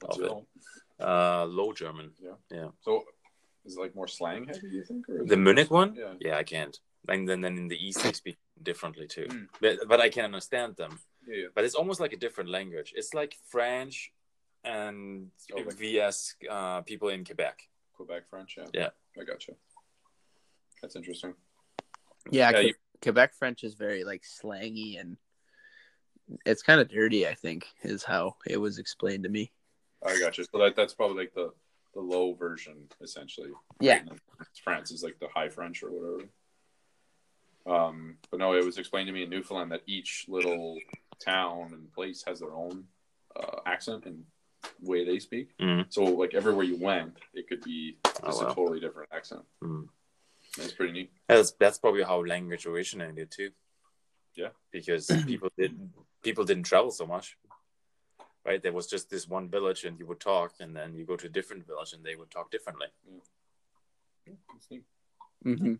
S3: What's
S1: Okay.
S3: it all-
S1: uh, Low German.
S3: So, is it like more slang heavy? You think? Or is
S1: The
S3: it-
S1: Munich one?
S3: Yeah.
S1: I can't. And then, then in the East, they speak differently too.
S3: Mm.
S1: But, but I can understand them.
S3: Yeah. yeah.
S1: But it's almost like a different language. It's like French and
S3: Oh, like-
S1: VS uh, people in Quebec.
S3: Quebec French. Yeah.
S1: Yeah.
S3: I gotcha. That's interesting.
S2: Yeah,
S3: Yeah,
S2: Que-
S3: you-
S2: Quebec French is very like slangy and it's kind of dirty. I think is how it was explained to me.
S3: I gotcha. So that, that's probably like the the low version essentially.
S2: Yeah.
S3: And then France is like the high French or whatever. Um, but no, it was explained to me in Newfoundland that each little town and place has their own uh, accent and way they speak.
S1: Mhm.
S3: So like everywhere you went, it could be just
S1: Oh, wow.
S3: a totally different accent.
S1: Mm.
S3: That's pretty neat.
S1: That's that's probably how language originated too.
S3: Yeah.
S2: <clears throat>
S1: because people did people didn't travel so much, right? There was just this one village, and you would talk, and then you go to a different village, and they would talk differently.
S3: That's neat.
S2: Mm-hmm.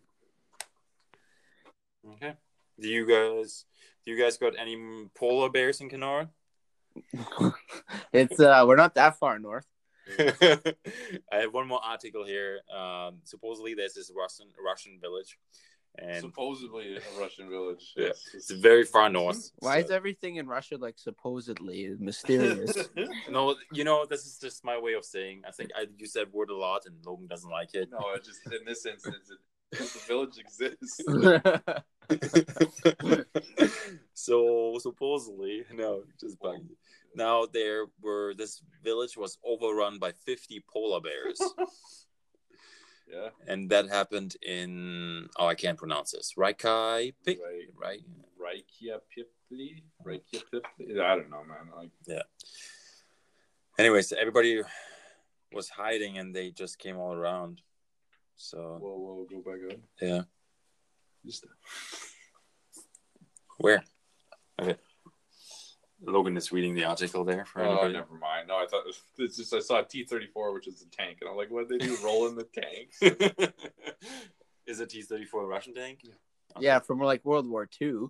S1: Okay. Do you guys do you guys got any polar bears in Kenora?
S2: it's uh, we're not that far north.
S1: <laughs> I have one more article here. Um, supposedly, there's this Russian Russian village, and
S3: Supposedly a Russian village.
S1: Yeah. it's very far north.
S2: <laughs>
S1: <laughs>
S2: Why
S1: so-
S2: is everything in Russia like supposedly
S3: <laughs>
S2: mysterious? <laughs>
S1: No, you know, this is just my way of saying. I think I use that word a lot, and Logan doesn't like it.
S3: No, it just in this instance, it, the village exists.
S2: yeah,
S1: <laughs> so supposedly, no, just bugging. you. Now there were this village was overrun by fifty polar bears,
S3: <laughs>
S1: <laughs>
S3: Yeah,
S1: and that happened in oh, I can't pronounce this. Reykjavik,
S3: <laughs> right.
S1: right?
S3: Reykjavik, Reykjavik. I don't know, man. Like,
S1: Anyways, everybody was hiding, and they just came all around. So
S3: whoa, whoa, go back up.
S1: Yeah.
S3: Just
S1: where? Okay. Logan is reading the article there for
S3: oh,
S1: anybody.
S3: never mind. No, I thought <laughs> it's just I saw a T thirty four, which is a tank, and I'm like, what did they do? Rolling the
S1: <laughs>
S3: tanks?
S1: is a T thirty four Russian tank?
S3: Yeah.
S2: from like World War II.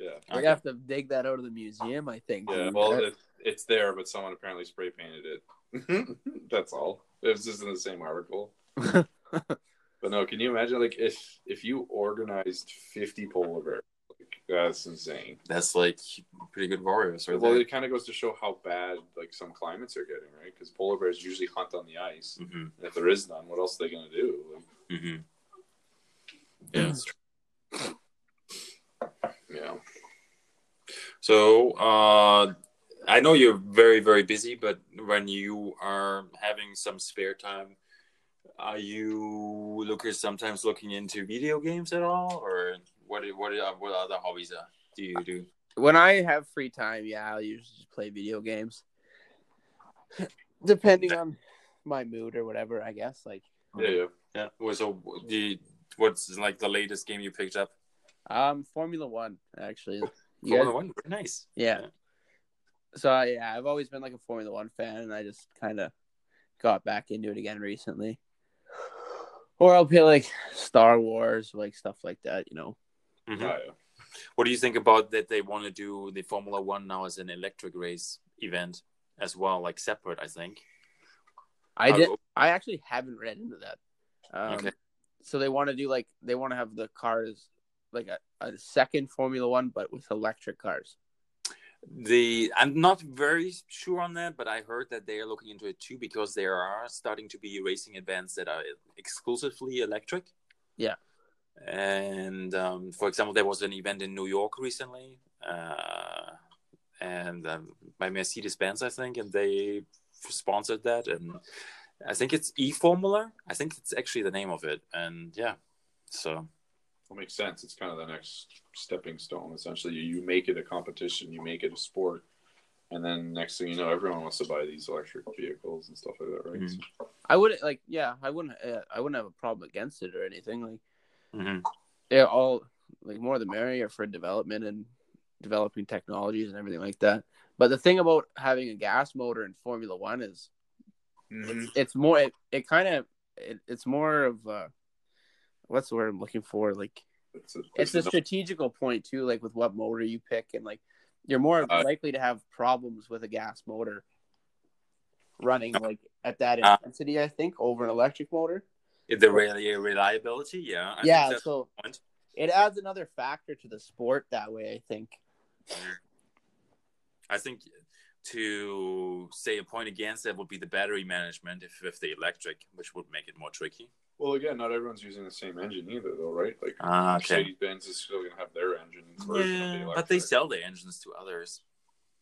S3: Yeah,
S1: Oh,
S2: We have to dig that out of the museum, I think.
S3: yeah. Well, it, it's there, but someone apparently spray painted it. <laughs> That's all. It was just in the same article. But no, can you imagine like if if you organized fifty polar bears, like That's insane.
S1: That's like pretty good warriors, right?
S3: Well,
S1: there.
S3: it kind of goes to show how bad like some climates are getting, right? Because polar bears usually hunt on the ice.
S1: hmm
S3: And if there is none, what else are they going to do?
S1: hmm
S3: Mm-hmm.
S1: Yeah, it's true.
S3: Like, yeah.
S1: So uh, I know you're very, very busy, but when you are having some spare time, are you lookers sometimes looking into video games at all, or what? What? Are, what other hobbies are, do you do?
S2: When I have free time, yeah, I'll usually just play video games. <laughs> Depending on my mood or whatever, I guess. Like
S3: Yeah. yeah.
S1: Yeah. Well, so the what's like the latest game you picked up?
S2: um Formula One, actually. You
S1: Formula
S2: guys-
S1: One. Very nice.
S2: Yeah. So I- yeah, I've always been like a Formula One fan and I just kinda got back into it again recently. Or I'll play like Star Wars, like stuff like that, you know.
S1: Mhm.
S3: Oh, yeah.
S1: What do you think about that? They want to do the Formula One now as an electric race event as well, like separate. I think.
S2: I
S1: Uh,
S2: did I actually haven't read into that. Um,
S1: Okay.
S2: So they want to do like they want to have the cars like a, a second Formula One, but with electric cars.
S1: The I'm not very sure on that, but I heard that they are looking into it too because there are starting to be racing events that are exclusively electric.
S2: Yeah.
S1: And um, for example, there was an event in New York recently, uh, and um, by Mercedes Benz, I think, and they sponsored that. And I think it's E Formula. I think it's actually the name of it. And yeah, so
S3: Well, makes sense. It's kind of the next stepping stone. Essentially, you you make it a competition, you make it a sport, and then next thing you know, everyone wants to buy these electric vehicles and stuff like that, right?
S1: Mhm.
S2: I wouldn't like yeah, I wouldn't uh, I wouldn't have a problem against it or anything. Like
S1: mhm.
S2: they're all like more the merrier for development and developing technologies and everything like that. But the thing about having a gas motor in Formula One is
S1: Mm-hmm.
S3: Mhm.
S2: it's more it, it kind of it, it's more of uh what's the word I'm looking for like
S3: It's a,
S2: it's
S3: it's
S2: a
S3: a-
S2: strategical point too, like with what motor you pick, and like you're more
S3: Uh,
S2: likely to have problems with a gas motor running like at that
S1: Uh,
S2: intensity, I think, over an electric motor.
S1: the reli- reliability, yeah, I think
S2: yeah,
S1: that's
S2: so
S1: the point.
S2: it adds another factor to the sport that way. I think.
S1: I think to say a point against that would be the battery management if, if the electric, which would make it more tricky.
S3: well, again, not everyone's using the same engine either, though, right? Like
S1: Ah,
S3: Mercedes Benz is still going to have their engine version of the
S1: Yeah,
S3: electric.
S1: but they sell their engines to others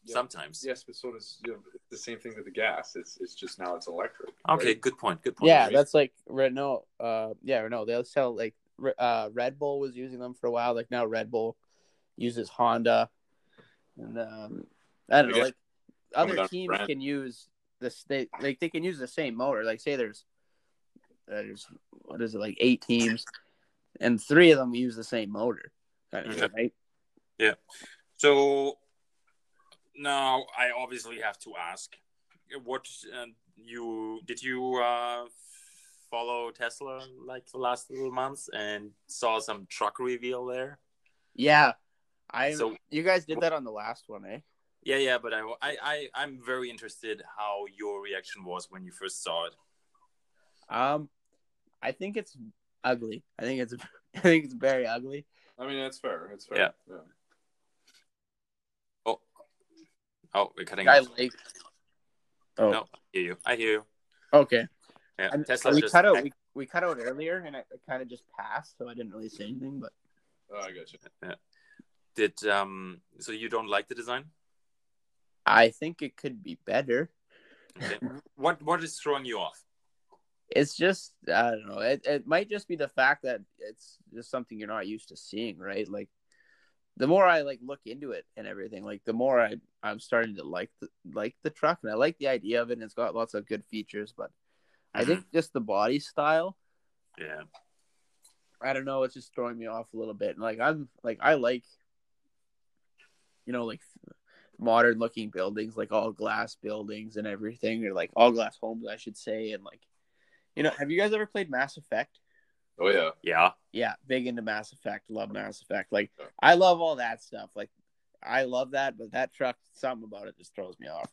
S3: Yeah.
S1: sometimes.
S3: Yes, but so does you know, it's the same thing with the gas. It's it's just now it's electric.
S1: Okay,
S3: right?
S1: good point. Good point.
S2: Yeah,
S3: right?
S2: that's like Renault. Uh, yeah, Renault. They'll sell like Re- uh, Red Bull was using them for a while. Like now, Red Bull uses Honda, and um, I don't know.
S3: I guess
S2: Like
S3: coming
S2: other
S3: down to
S2: teams
S3: brand.
S2: can use this. They like they can use the same motor. Like say there's there's what is it like eight teams, and three of them use the same motor. Kind of thing, right?
S1: So now I obviously have to ask, what uh, you did you uh, follow Tesla like the last little months and saw some truck reveal there?
S2: Yeah, I.
S1: So-
S2: you guys did that on the last one, eh?
S1: Yeah, yeah, but I, I, I, I'm very interested how your reaction was when you first saw it.
S2: Um, I think it's ugly. I think it's <laughs> I think it's very ugly.
S3: I mean, that's fair. That's fair.
S1: Yeah.
S3: yeah.
S1: Oh, we're cutting
S2: I
S1: off.
S2: like. Oh,
S1: No, I hear you. I hear you.
S2: okay.
S1: Yeah,
S2: And
S1: Tesla
S2: we
S1: just
S2: cut out. We, we cut out earlier, and it, kind of just passed, so I didn't really say anything. But
S3: Oh, I got you.
S1: did. Um, so you don't like the design?
S2: I think it could be better.
S1: Okay.
S2: Mm-hmm.
S1: what What is throwing you off?
S2: It's just I don't know. It it might just be the fact that it's just something you're not used to seeing, right? Like the more I like look into it and everything, like the more I I'm starting to like the like the truck, and I like the idea of it. and It's got lots of good features, but I
S1: Mm-hmm.
S2: think just the body style
S1: Yeah.
S2: I don't know. It's just throwing me off a little bit. Like I'm like I like, you know, like modern looking buildings, like all glass buildings and everything, or like all glass homes, I should say. And like, you know, have you guys ever played Mass Effect?
S3: Oh yeah.
S1: Yeah. <laughs>
S2: Yeah, big into Mass Effect. Love Mass Effect. Like I love all that stuff. Like I love that, but that truck, something about it just throws me off.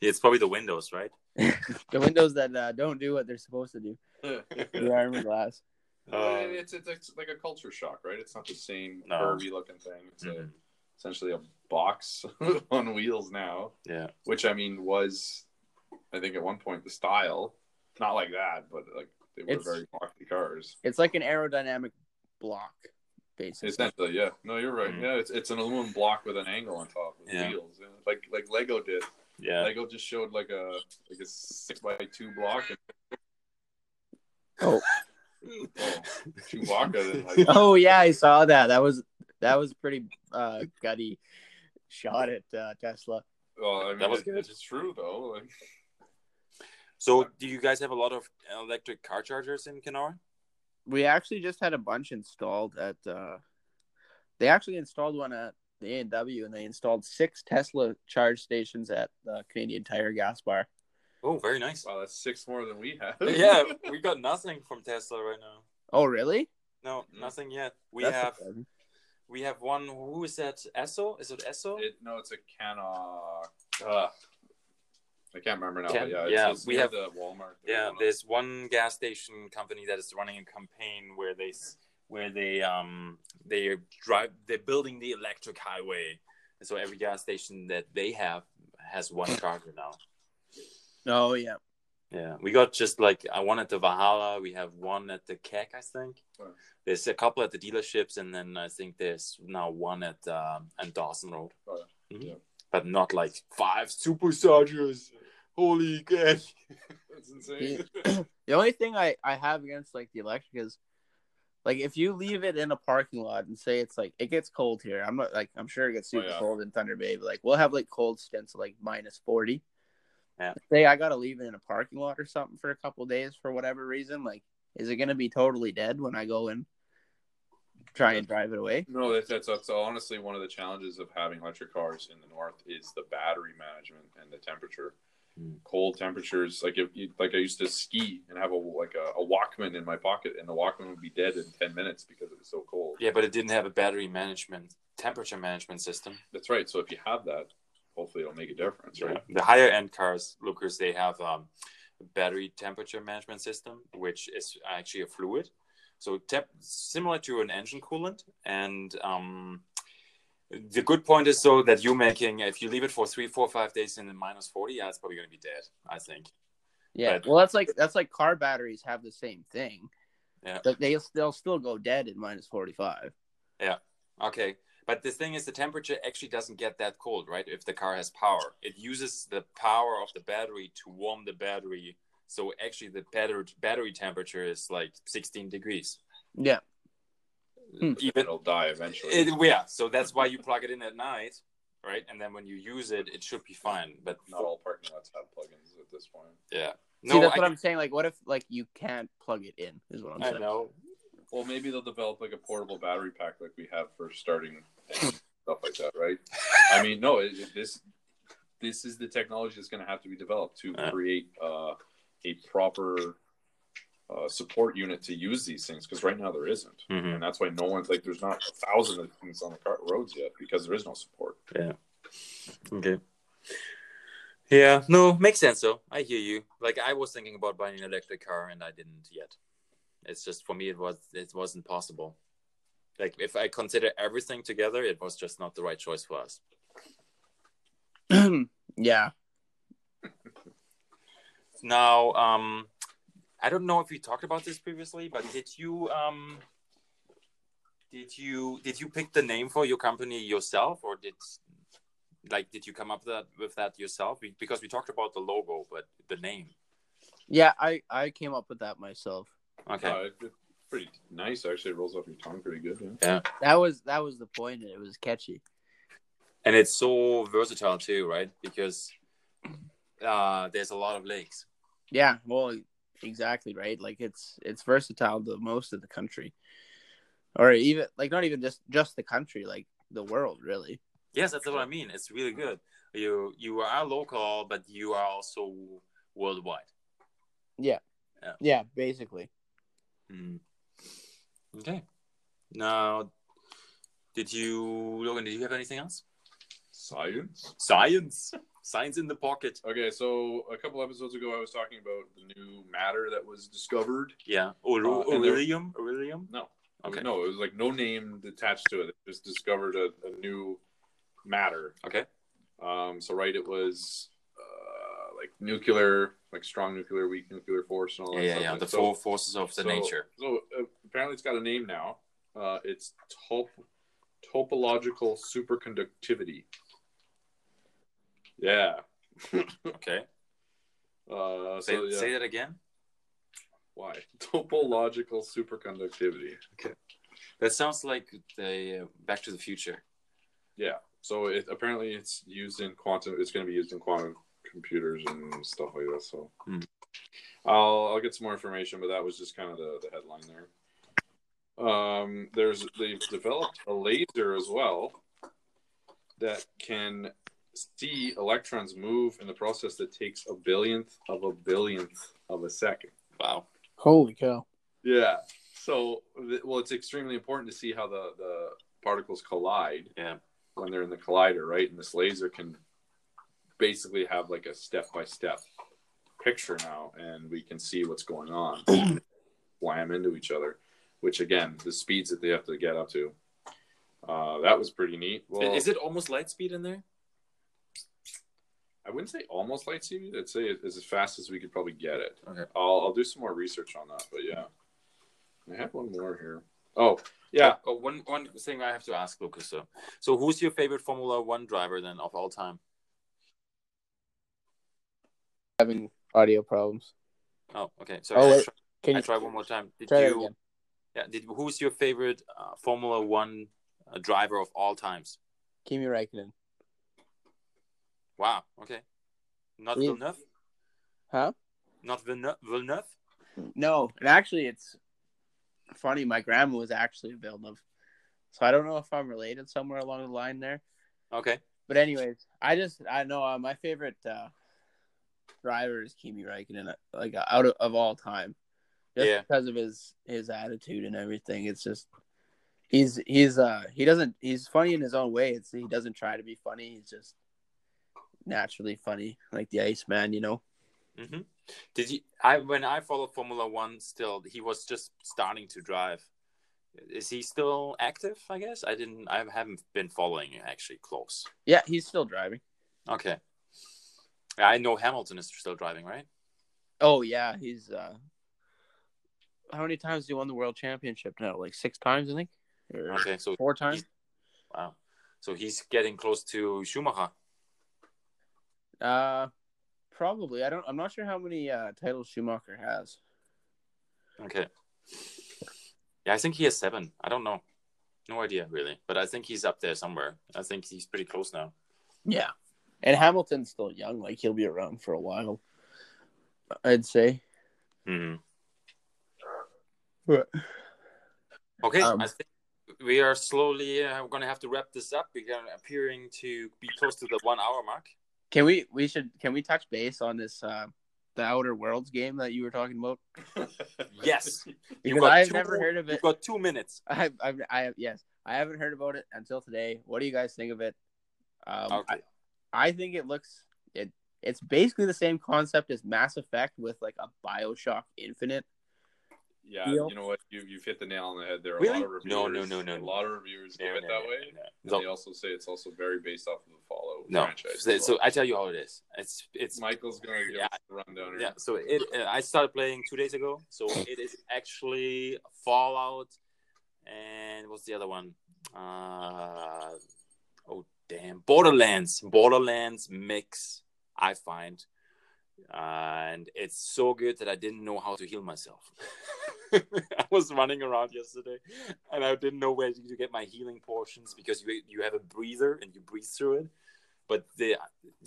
S1: it's probably the windows, right?
S3: Oh,
S1: <laughs>
S2: The windows that uh, don't do what they're supposed to do. The armor glass.
S1: Um,
S3: it's, it's, it's like a culture shock, right? It's not the same
S1: No.
S3: curvy looking thing. It's a,
S1: Mhm.
S3: essentially a box <laughs> on wheels now,
S1: Yeah.
S3: which I mean was, I think at one point the style, not like that, but like they were
S2: It's-
S3: very boxy cars.
S2: It's like an aerodynamic block, basically.
S3: Essentially, yeah. No, you're right.
S1: Mhm.
S3: Yeah, it's, it's an aluminum block with an angle on top with
S1: Yeah.
S3: wheels, yeah. like like Lego did.
S1: Yeah.
S3: Lego just showed like a like a six by two block and
S2: Oh.
S3: oh, <laughs> Chewbacca. Then, like,
S2: oh yeah, I saw that. That was that was pretty uh, gutty shot at uh, Tesla.
S3: well, I mean,
S1: That was
S3: it-
S1: good.
S3: It's true though. Like,
S1: So, do you guys have a lot of electric car chargers in Kenora?
S2: We actually just had a bunch installed at. Uh, they actually installed one at the A and W, and they installed six Tesla charge stations at the Canadian Tire gas bar.
S1: Oh, very nice.
S3: wow, that's six more than we have. <laughs>
S1: yeah, we got nothing from Tesla right now.
S2: Oh really?
S1: No,
S3: Mm.
S1: nothing yet. We
S2: Mm-hmm. That's
S1: have
S2: surprising.
S1: we have one. Who is that? Esso? Is it Esso?
S3: It, no, it's a Canon. Uh, I can't remember now.
S1: Can-
S3: but yeah, it's,
S1: yeah,
S3: it's
S1: we
S3: near
S1: have-
S3: the Walmart.
S1: yeah,
S3: <laughs>
S1: there's one gas station company that is running a campaign where they s- where they um they drive they're building the electric highway, and so every gas station that they have has
S3: <laughs>
S1: one charger now.
S2: Oh yeah.
S1: Yeah, we got just like I one at the Valhalla. We have one at the Keck, I think.
S3: Wow.
S1: There's a couple at the dealerships, and then I think there's now one at um, and Dawson Road.
S3: Wow.
S1: Mhm.
S3: Yeah.
S1: But not like five superchargers. Holy cow!
S3: it's insane.
S2: <clears throat> The only thing I, I have against like the electric is like if you leave it in a parking lot and say it's like it gets cold here. I'm not like I'm sure it gets
S3: Oh,
S2: super
S3: yeah.
S2: cold in Thunder Bay, but like we'll have like cold stints of, like minus forty.
S1: Yeah.
S2: Say I gotta leave it in a parking lot or something for a couple days for whatever reason. Like, is it gonna be totally dead when I go and try and drive it away?
S3: <laughs> No, that's, that's that's honestly one of the challenges of having electric cars in the north is the battery management and the temperature.
S1: Hmm.
S3: Cold temperatures, like if you, like I used to ski and have a like a, a Walkman in my pocket, and the Walkman would be dead in ten minutes because it was so cold.
S1: Yeah, but it didn't have a battery management, temperature management system.
S3: That's right. So if you have that, hopefully it'll make a difference, right?
S1: The higher end cars, lookers, they have um, a battery temperature management system, which is actually a fluid. So tep- similar to an engine coolant. And um, the good point is so that you're making, if you leave it for three, four, five days in the minus 40, yeah, it's probably going to be dead, I think.
S2: Yeah.
S1: But-
S2: well, that's like that's like car batteries have the same thing.
S1: Yeah.
S2: But they they'll still go dead at minus forty five.
S1: Okay. But the thing is, the temperature actually doesn't get that cold, right? If the car has power, it uses the power of the battery to warm the battery. So actually, the battery, battery temperature is like 16 degrees.
S2: Yeah. Hmm.
S1: Even
S3: it'll die eventually.
S1: it, yeah, so that's why you plug it in at night, right? And then when you use it, it should be fine. But
S3: Not all parking lots have plugins at this point.
S1: yeah,
S2: See,
S1: no,
S2: that's
S1: I,
S2: what I'm saying. Like, what if like you can't plug it in? Is what I'm
S1: I
S2: saying.
S1: know.
S3: Well, maybe they'll develop like a portable battery pack like we have for starting and stuff like that, right? I mean, no, it, it- this this is the technology that's going to have to be developed to
S1: Yeah.
S3: create uh, a proper uh, support unit to use these things because right now there isn't,
S1: Mhm.
S3: and that's why no one's like there's not a thousand of things on the car, roads yet because there is no support.
S1: Okay. Yeah, no, makes sense though. I hear you. Like I was thinking about buying an electric car and I didn't yet. It's just for me it was it wasn't possible. Like if I consider everything together, it was just not the right choice for us.
S2: <clears throat> yeah.
S1: Now, um I don't know if you talked about this previously, but did you um did you did you pick the name for your company yourself or did like did you come up that, with that yourself? Be- Because we talked about the logo, but the name.
S2: Yeah, I I came up with that myself.
S1: Okay.
S3: Uh, it- it's pretty nice actually. It rolls off your tongue pretty good. Yeah.
S2: That was that was the point. It was catchy.
S1: and it's so versatile too right because uh there's a lot of lakes
S2: Yeah. Well, exactly right. Like it's it's versatile to most of the country, or even like not even just just the country, like the world, really.
S1: yes that's what i mean it's really good you you are local but you are also worldwide
S2: Yeah, basically.
S1: Mm. okay now did you logan did you have anything else
S3: Science.
S1: science Signs in the pocket.
S3: Okay, so a couple episodes ago, I was talking about the new matter that was discovered.
S1: Yeah. Or,
S3: Uh, and there-
S1: Aurelium. Aurelium.
S3: No, It was-
S1: Okay.
S3: no, it was like no name attached to it. It just discovered a, a new matter.
S1: Okay.
S3: Um, so right, it was uh, like nuclear, like strong nuclear, weak nuclear force, and all
S1: Yeah,
S3: that.
S1: yeah,
S3: stuff.
S1: yeah.
S3: And
S1: The
S3: so-
S1: four forces of the
S3: so-
S1: nature.
S3: So uh, apparently, it's got a name now. Uh, it's top, topological superconductivity. Yeah.
S1: Okay.
S3: Uh,
S1: Say,
S3: so yeah.
S1: say that again.
S3: Why <laughs> topological superconductivity?
S1: That sounds like the uh, Back to the Future.
S3: Yeah. So it apparently it's used in quantum. It's going to be used in quantum computers and stuff like that. So
S1: Hmm.
S3: I'll I'll get some more information, but that was just kind of the, the headline there. Um, there's they've developed a laser as well that can see electrons move in the process that takes a billionth of a billionth of a second.
S1: Wow.
S2: Holy cow.
S3: Yeah. So, th- well, it's extremely important to see how the, the particles collide.
S1: Yeah.
S3: When they're in the collider, right? And this laser can basically have like a step by step picture now, and we can see what's going on,
S1: <clears throat>
S3: slam into each other, which again, the speeds that they have to get up to. Uh, that was pretty neat. Well,
S1: Is it almost light speed in there?
S3: I wouldn't say almost light speed. I'd say it's as fast as we could probably get it.
S1: Okay.
S3: I'll, I'll do some more research on that, but yeah. I have one more here. Oh, yeah.
S1: Oh, one one thing I have to ask Lucas. So, so who's your favorite Formula One driver then of all time?
S2: Having audio problems.
S1: Oh, okay. So
S2: Oh,
S1: I,
S2: wait.
S1: try,
S2: Can
S1: I
S2: you
S1: try one more time. Did
S2: try that
S1: you?
S2: again?
S1: Yeah. Did who's your favorite uh, Formula One uh, driver of all times?
S2: Kimi Räikkönen.
S1: Wow. Okay. Not
S2: Yeah.
S1: Villeneuve.
S2: Huh?
S1: Not Villeneuve. Villeneuve.
S2: No, and actually, it's funny. My grandma was actually a Villeneuve, so I don't know if I'm related somewhere along the line there.
S1: Okay.
S2: But anyways, I just I know uh, my favorite uh, driver is Kimi Räikkönen, like uh, out of, of all time, just
S1: Yeah.
S2: because of his his attitude and everything. It's just he's he's uh he doesn't he's funny in his own way. It's he doesn't try to be funny. He's just naturally funny, like the Iceman, you know.
S1: hmm Did you? I when I followed Formula One, still he was just starting to drive. Is he still active? I guess I didn't. I haven't been following it actually close.
S2: Yeah, he's still driving.
S1: Okay. I know Hamilton is still driving, right?
S2: Oh yeah, he's uh how many times do he won the world championship now? Like six times, I think? Or
S1: Okay, so
S2: four times?
S1: wow, so he's getting close to Schumacher.
S2: Uh probably. I don't I'm not sure how many uh titles Schumacher has.
S1: Okay. Yeah, I think he has seven. I don't know, no idea really, but I think he's up there somewhere. I think he's pretty close now.
S2: Yeah. And Hamilton's still young, like he'll be around for a while. I'd say.
S1: Mm-hmm.
S2: But
S1: Okay,
S2: Um,
S1: I think we are slowly uh, going to have to wrap this up. We're gonna- appearing to be close to the one hour mark.
S2: can we we should can we touch base on this uh the Outer Worlds game that you were talking about?
S1: Yes,
S2: Because
S1: got
S2: I've
S1: two-
S2: never heard of it.
S1: we've got two minutes.
S2: I've, I've, <laughs> I have, yes, I haven't heard about it until today. What do you guys think of it? Um,
S1: Okay.
S2: I, I think it looks it. It's basically the same concept as Mass Effect with like a Bioshock Infinite.
S3: <laughs> Yeah,
S2: deal.
S3: you know what? You, you've hit the nail on the head. There are
S1: Really?
S3: a lot of reviewers.
S1: No, no, no, no,
S3: A
S1: no.
S3: lot of reviewers give
S1: No,
S3: it
S1: no,
S3: that
S1: no,
S3: way.
S1: no, no.
S3: And
S1: So-
S3: they also say it's also very based off of the Fallout
S1: No,
S3: franchise.
S1: so,
S3: as
S1: so
S3: well.
S1: I tell you how it is. It's it's
S3: Michael's going to give
S1: Yeah.
S3: us the rundown.
S1: yeah. So it uh, I started playing two days ago. So it is actually Fallout, and what's the other one? Uh, oh damn, Borderlands. Borderlands mix. I find, Uh, and it's so good that I didn't know how to heal myself. <laughs> I was running around yesterday, and I didn't know where to get my healing portions because you you have a breather and you breathe through it. But the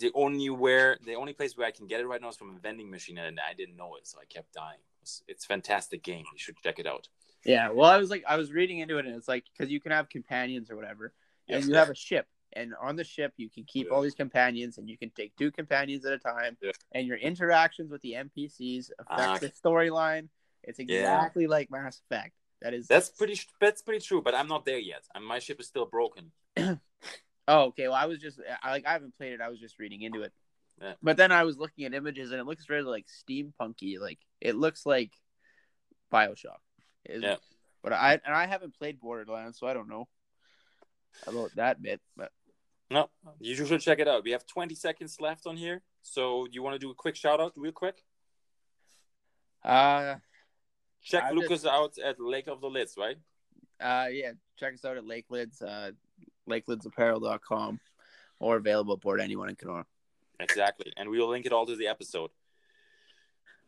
S1: the only where the only place where I can get it right now is from a vending machine, and I didn't know it, so I kept dying. It's, it's a fantastic game. You should check it out.
S2: Yeah. Well, I was like, I was reading into it, and it's like because you can have companions or whatever, and
S1: Yes.
S2: you have a ship, and on the ship you can keep
S3: Yeah.
S2: all these companions, and you can take two companions at a time,
S3: Yeah.
S2: and your interactions with the NPCs
S1: Ah.
S2: affect the storyline. It's exactly like Mass Effect. That is
S1: That's pretty. That's pretty true. But I'm not there yet, and my ship is still broken.
S2: Oh, okay. Well, I was just I, like I haven't played it. I was just reading into it.
S1: Yeah.
S2: But then I was looking at images and it looks very like steampunky. Like it looks like Bioshock. Is-
S1: Yeah.
S2: But I and I haven't played Borderlands, so I don't know about that bit. But
S1: No, you should check it out. We have 20 seconds left on here. So you want to do a quick shout out real quick?
S2: uh
S1: Check
S2: I
S1: Lucas
S2: just-
S1: out at Lake of the Lids, right?
S2: uh yeah, check us out at Lakelids, uh lakelidsapparel.com or available aboard anyone in Kenora.
S1: Exactly. And we will link it all to the episode.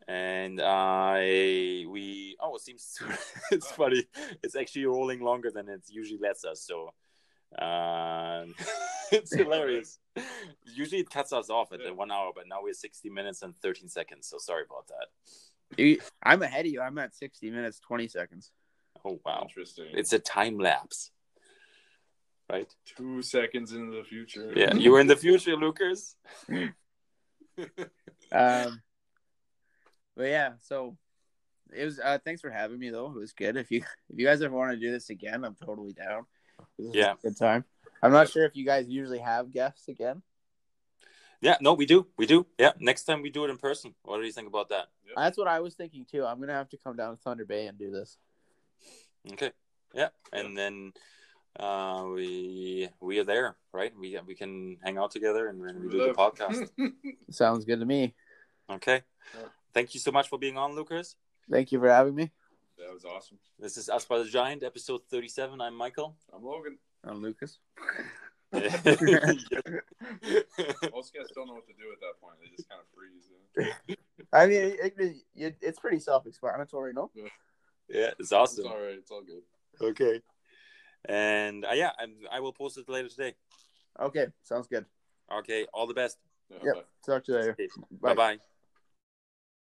S1: And I, we, oh, it seems <laughs> it's funny. It's actually rolling longer than it usually lets us. So um, <laughs> it's hilarious. Usually it cuts us off at the one hour, but now we're 60 minutes and 13 seconds. So sorry about that.
S2: You- I'm ahead of you. I'm at 60 minutes 20 seconds.
S1: Oh, wow.
S3: Interesting.
S1: It's a time lapse, right?
S3: two seconds into the future.
S1: Yeah. You
S3: <laughs>
S1: were in the future, Lucas.
S2: Um but yeah, so it was uh thanks for having me though. It was good. If you if you guys ever want to do this again, I'm totally down. This was a
S1: Yeah.
S2: good time. I'm not sure if you guys usually have guests again.
S1: Yeah. No, we do. We do. Yeah. Next time we do it in person. What do you think about that?
S2: That's what I was thinking too. I'm gonna have to come down to Thunder Bay and do this.
S1: Okay. Yeah. And then uh, we we are there, right? We we can hang out together and then we do Mm-hmm. the podcast.
S2: Sounds good to me.
S1: Okay.
S3: Yeah.
S1: Thank you so much for being on, Lucas.
S2: Thank you for having me.
S3: <laughs> that was awesome.
S1: This is Us by the Giant, episode thirty-seven. I'm <laughs> Michael.
S3: I'm Logan.
S2: I'm <laughs> Lucas.
S3: Most guys don't know what to do at that point. They just kind of freeze. you know?
S2: I mean, it, it, it, it's pretty self-explanatory, no?
S1: yeah, it's
S3: It's
S1: awesome.
S3: all right. It's all good.
S1: Okay. And uh, yeah, I'm, I will post it later today.
S2: Okay, sounds good.
S1: Okay. All the best.
S3: Yeah,
S2: Yep.
S3: bye.
S2: Talk to you later.
S1: Bye bye.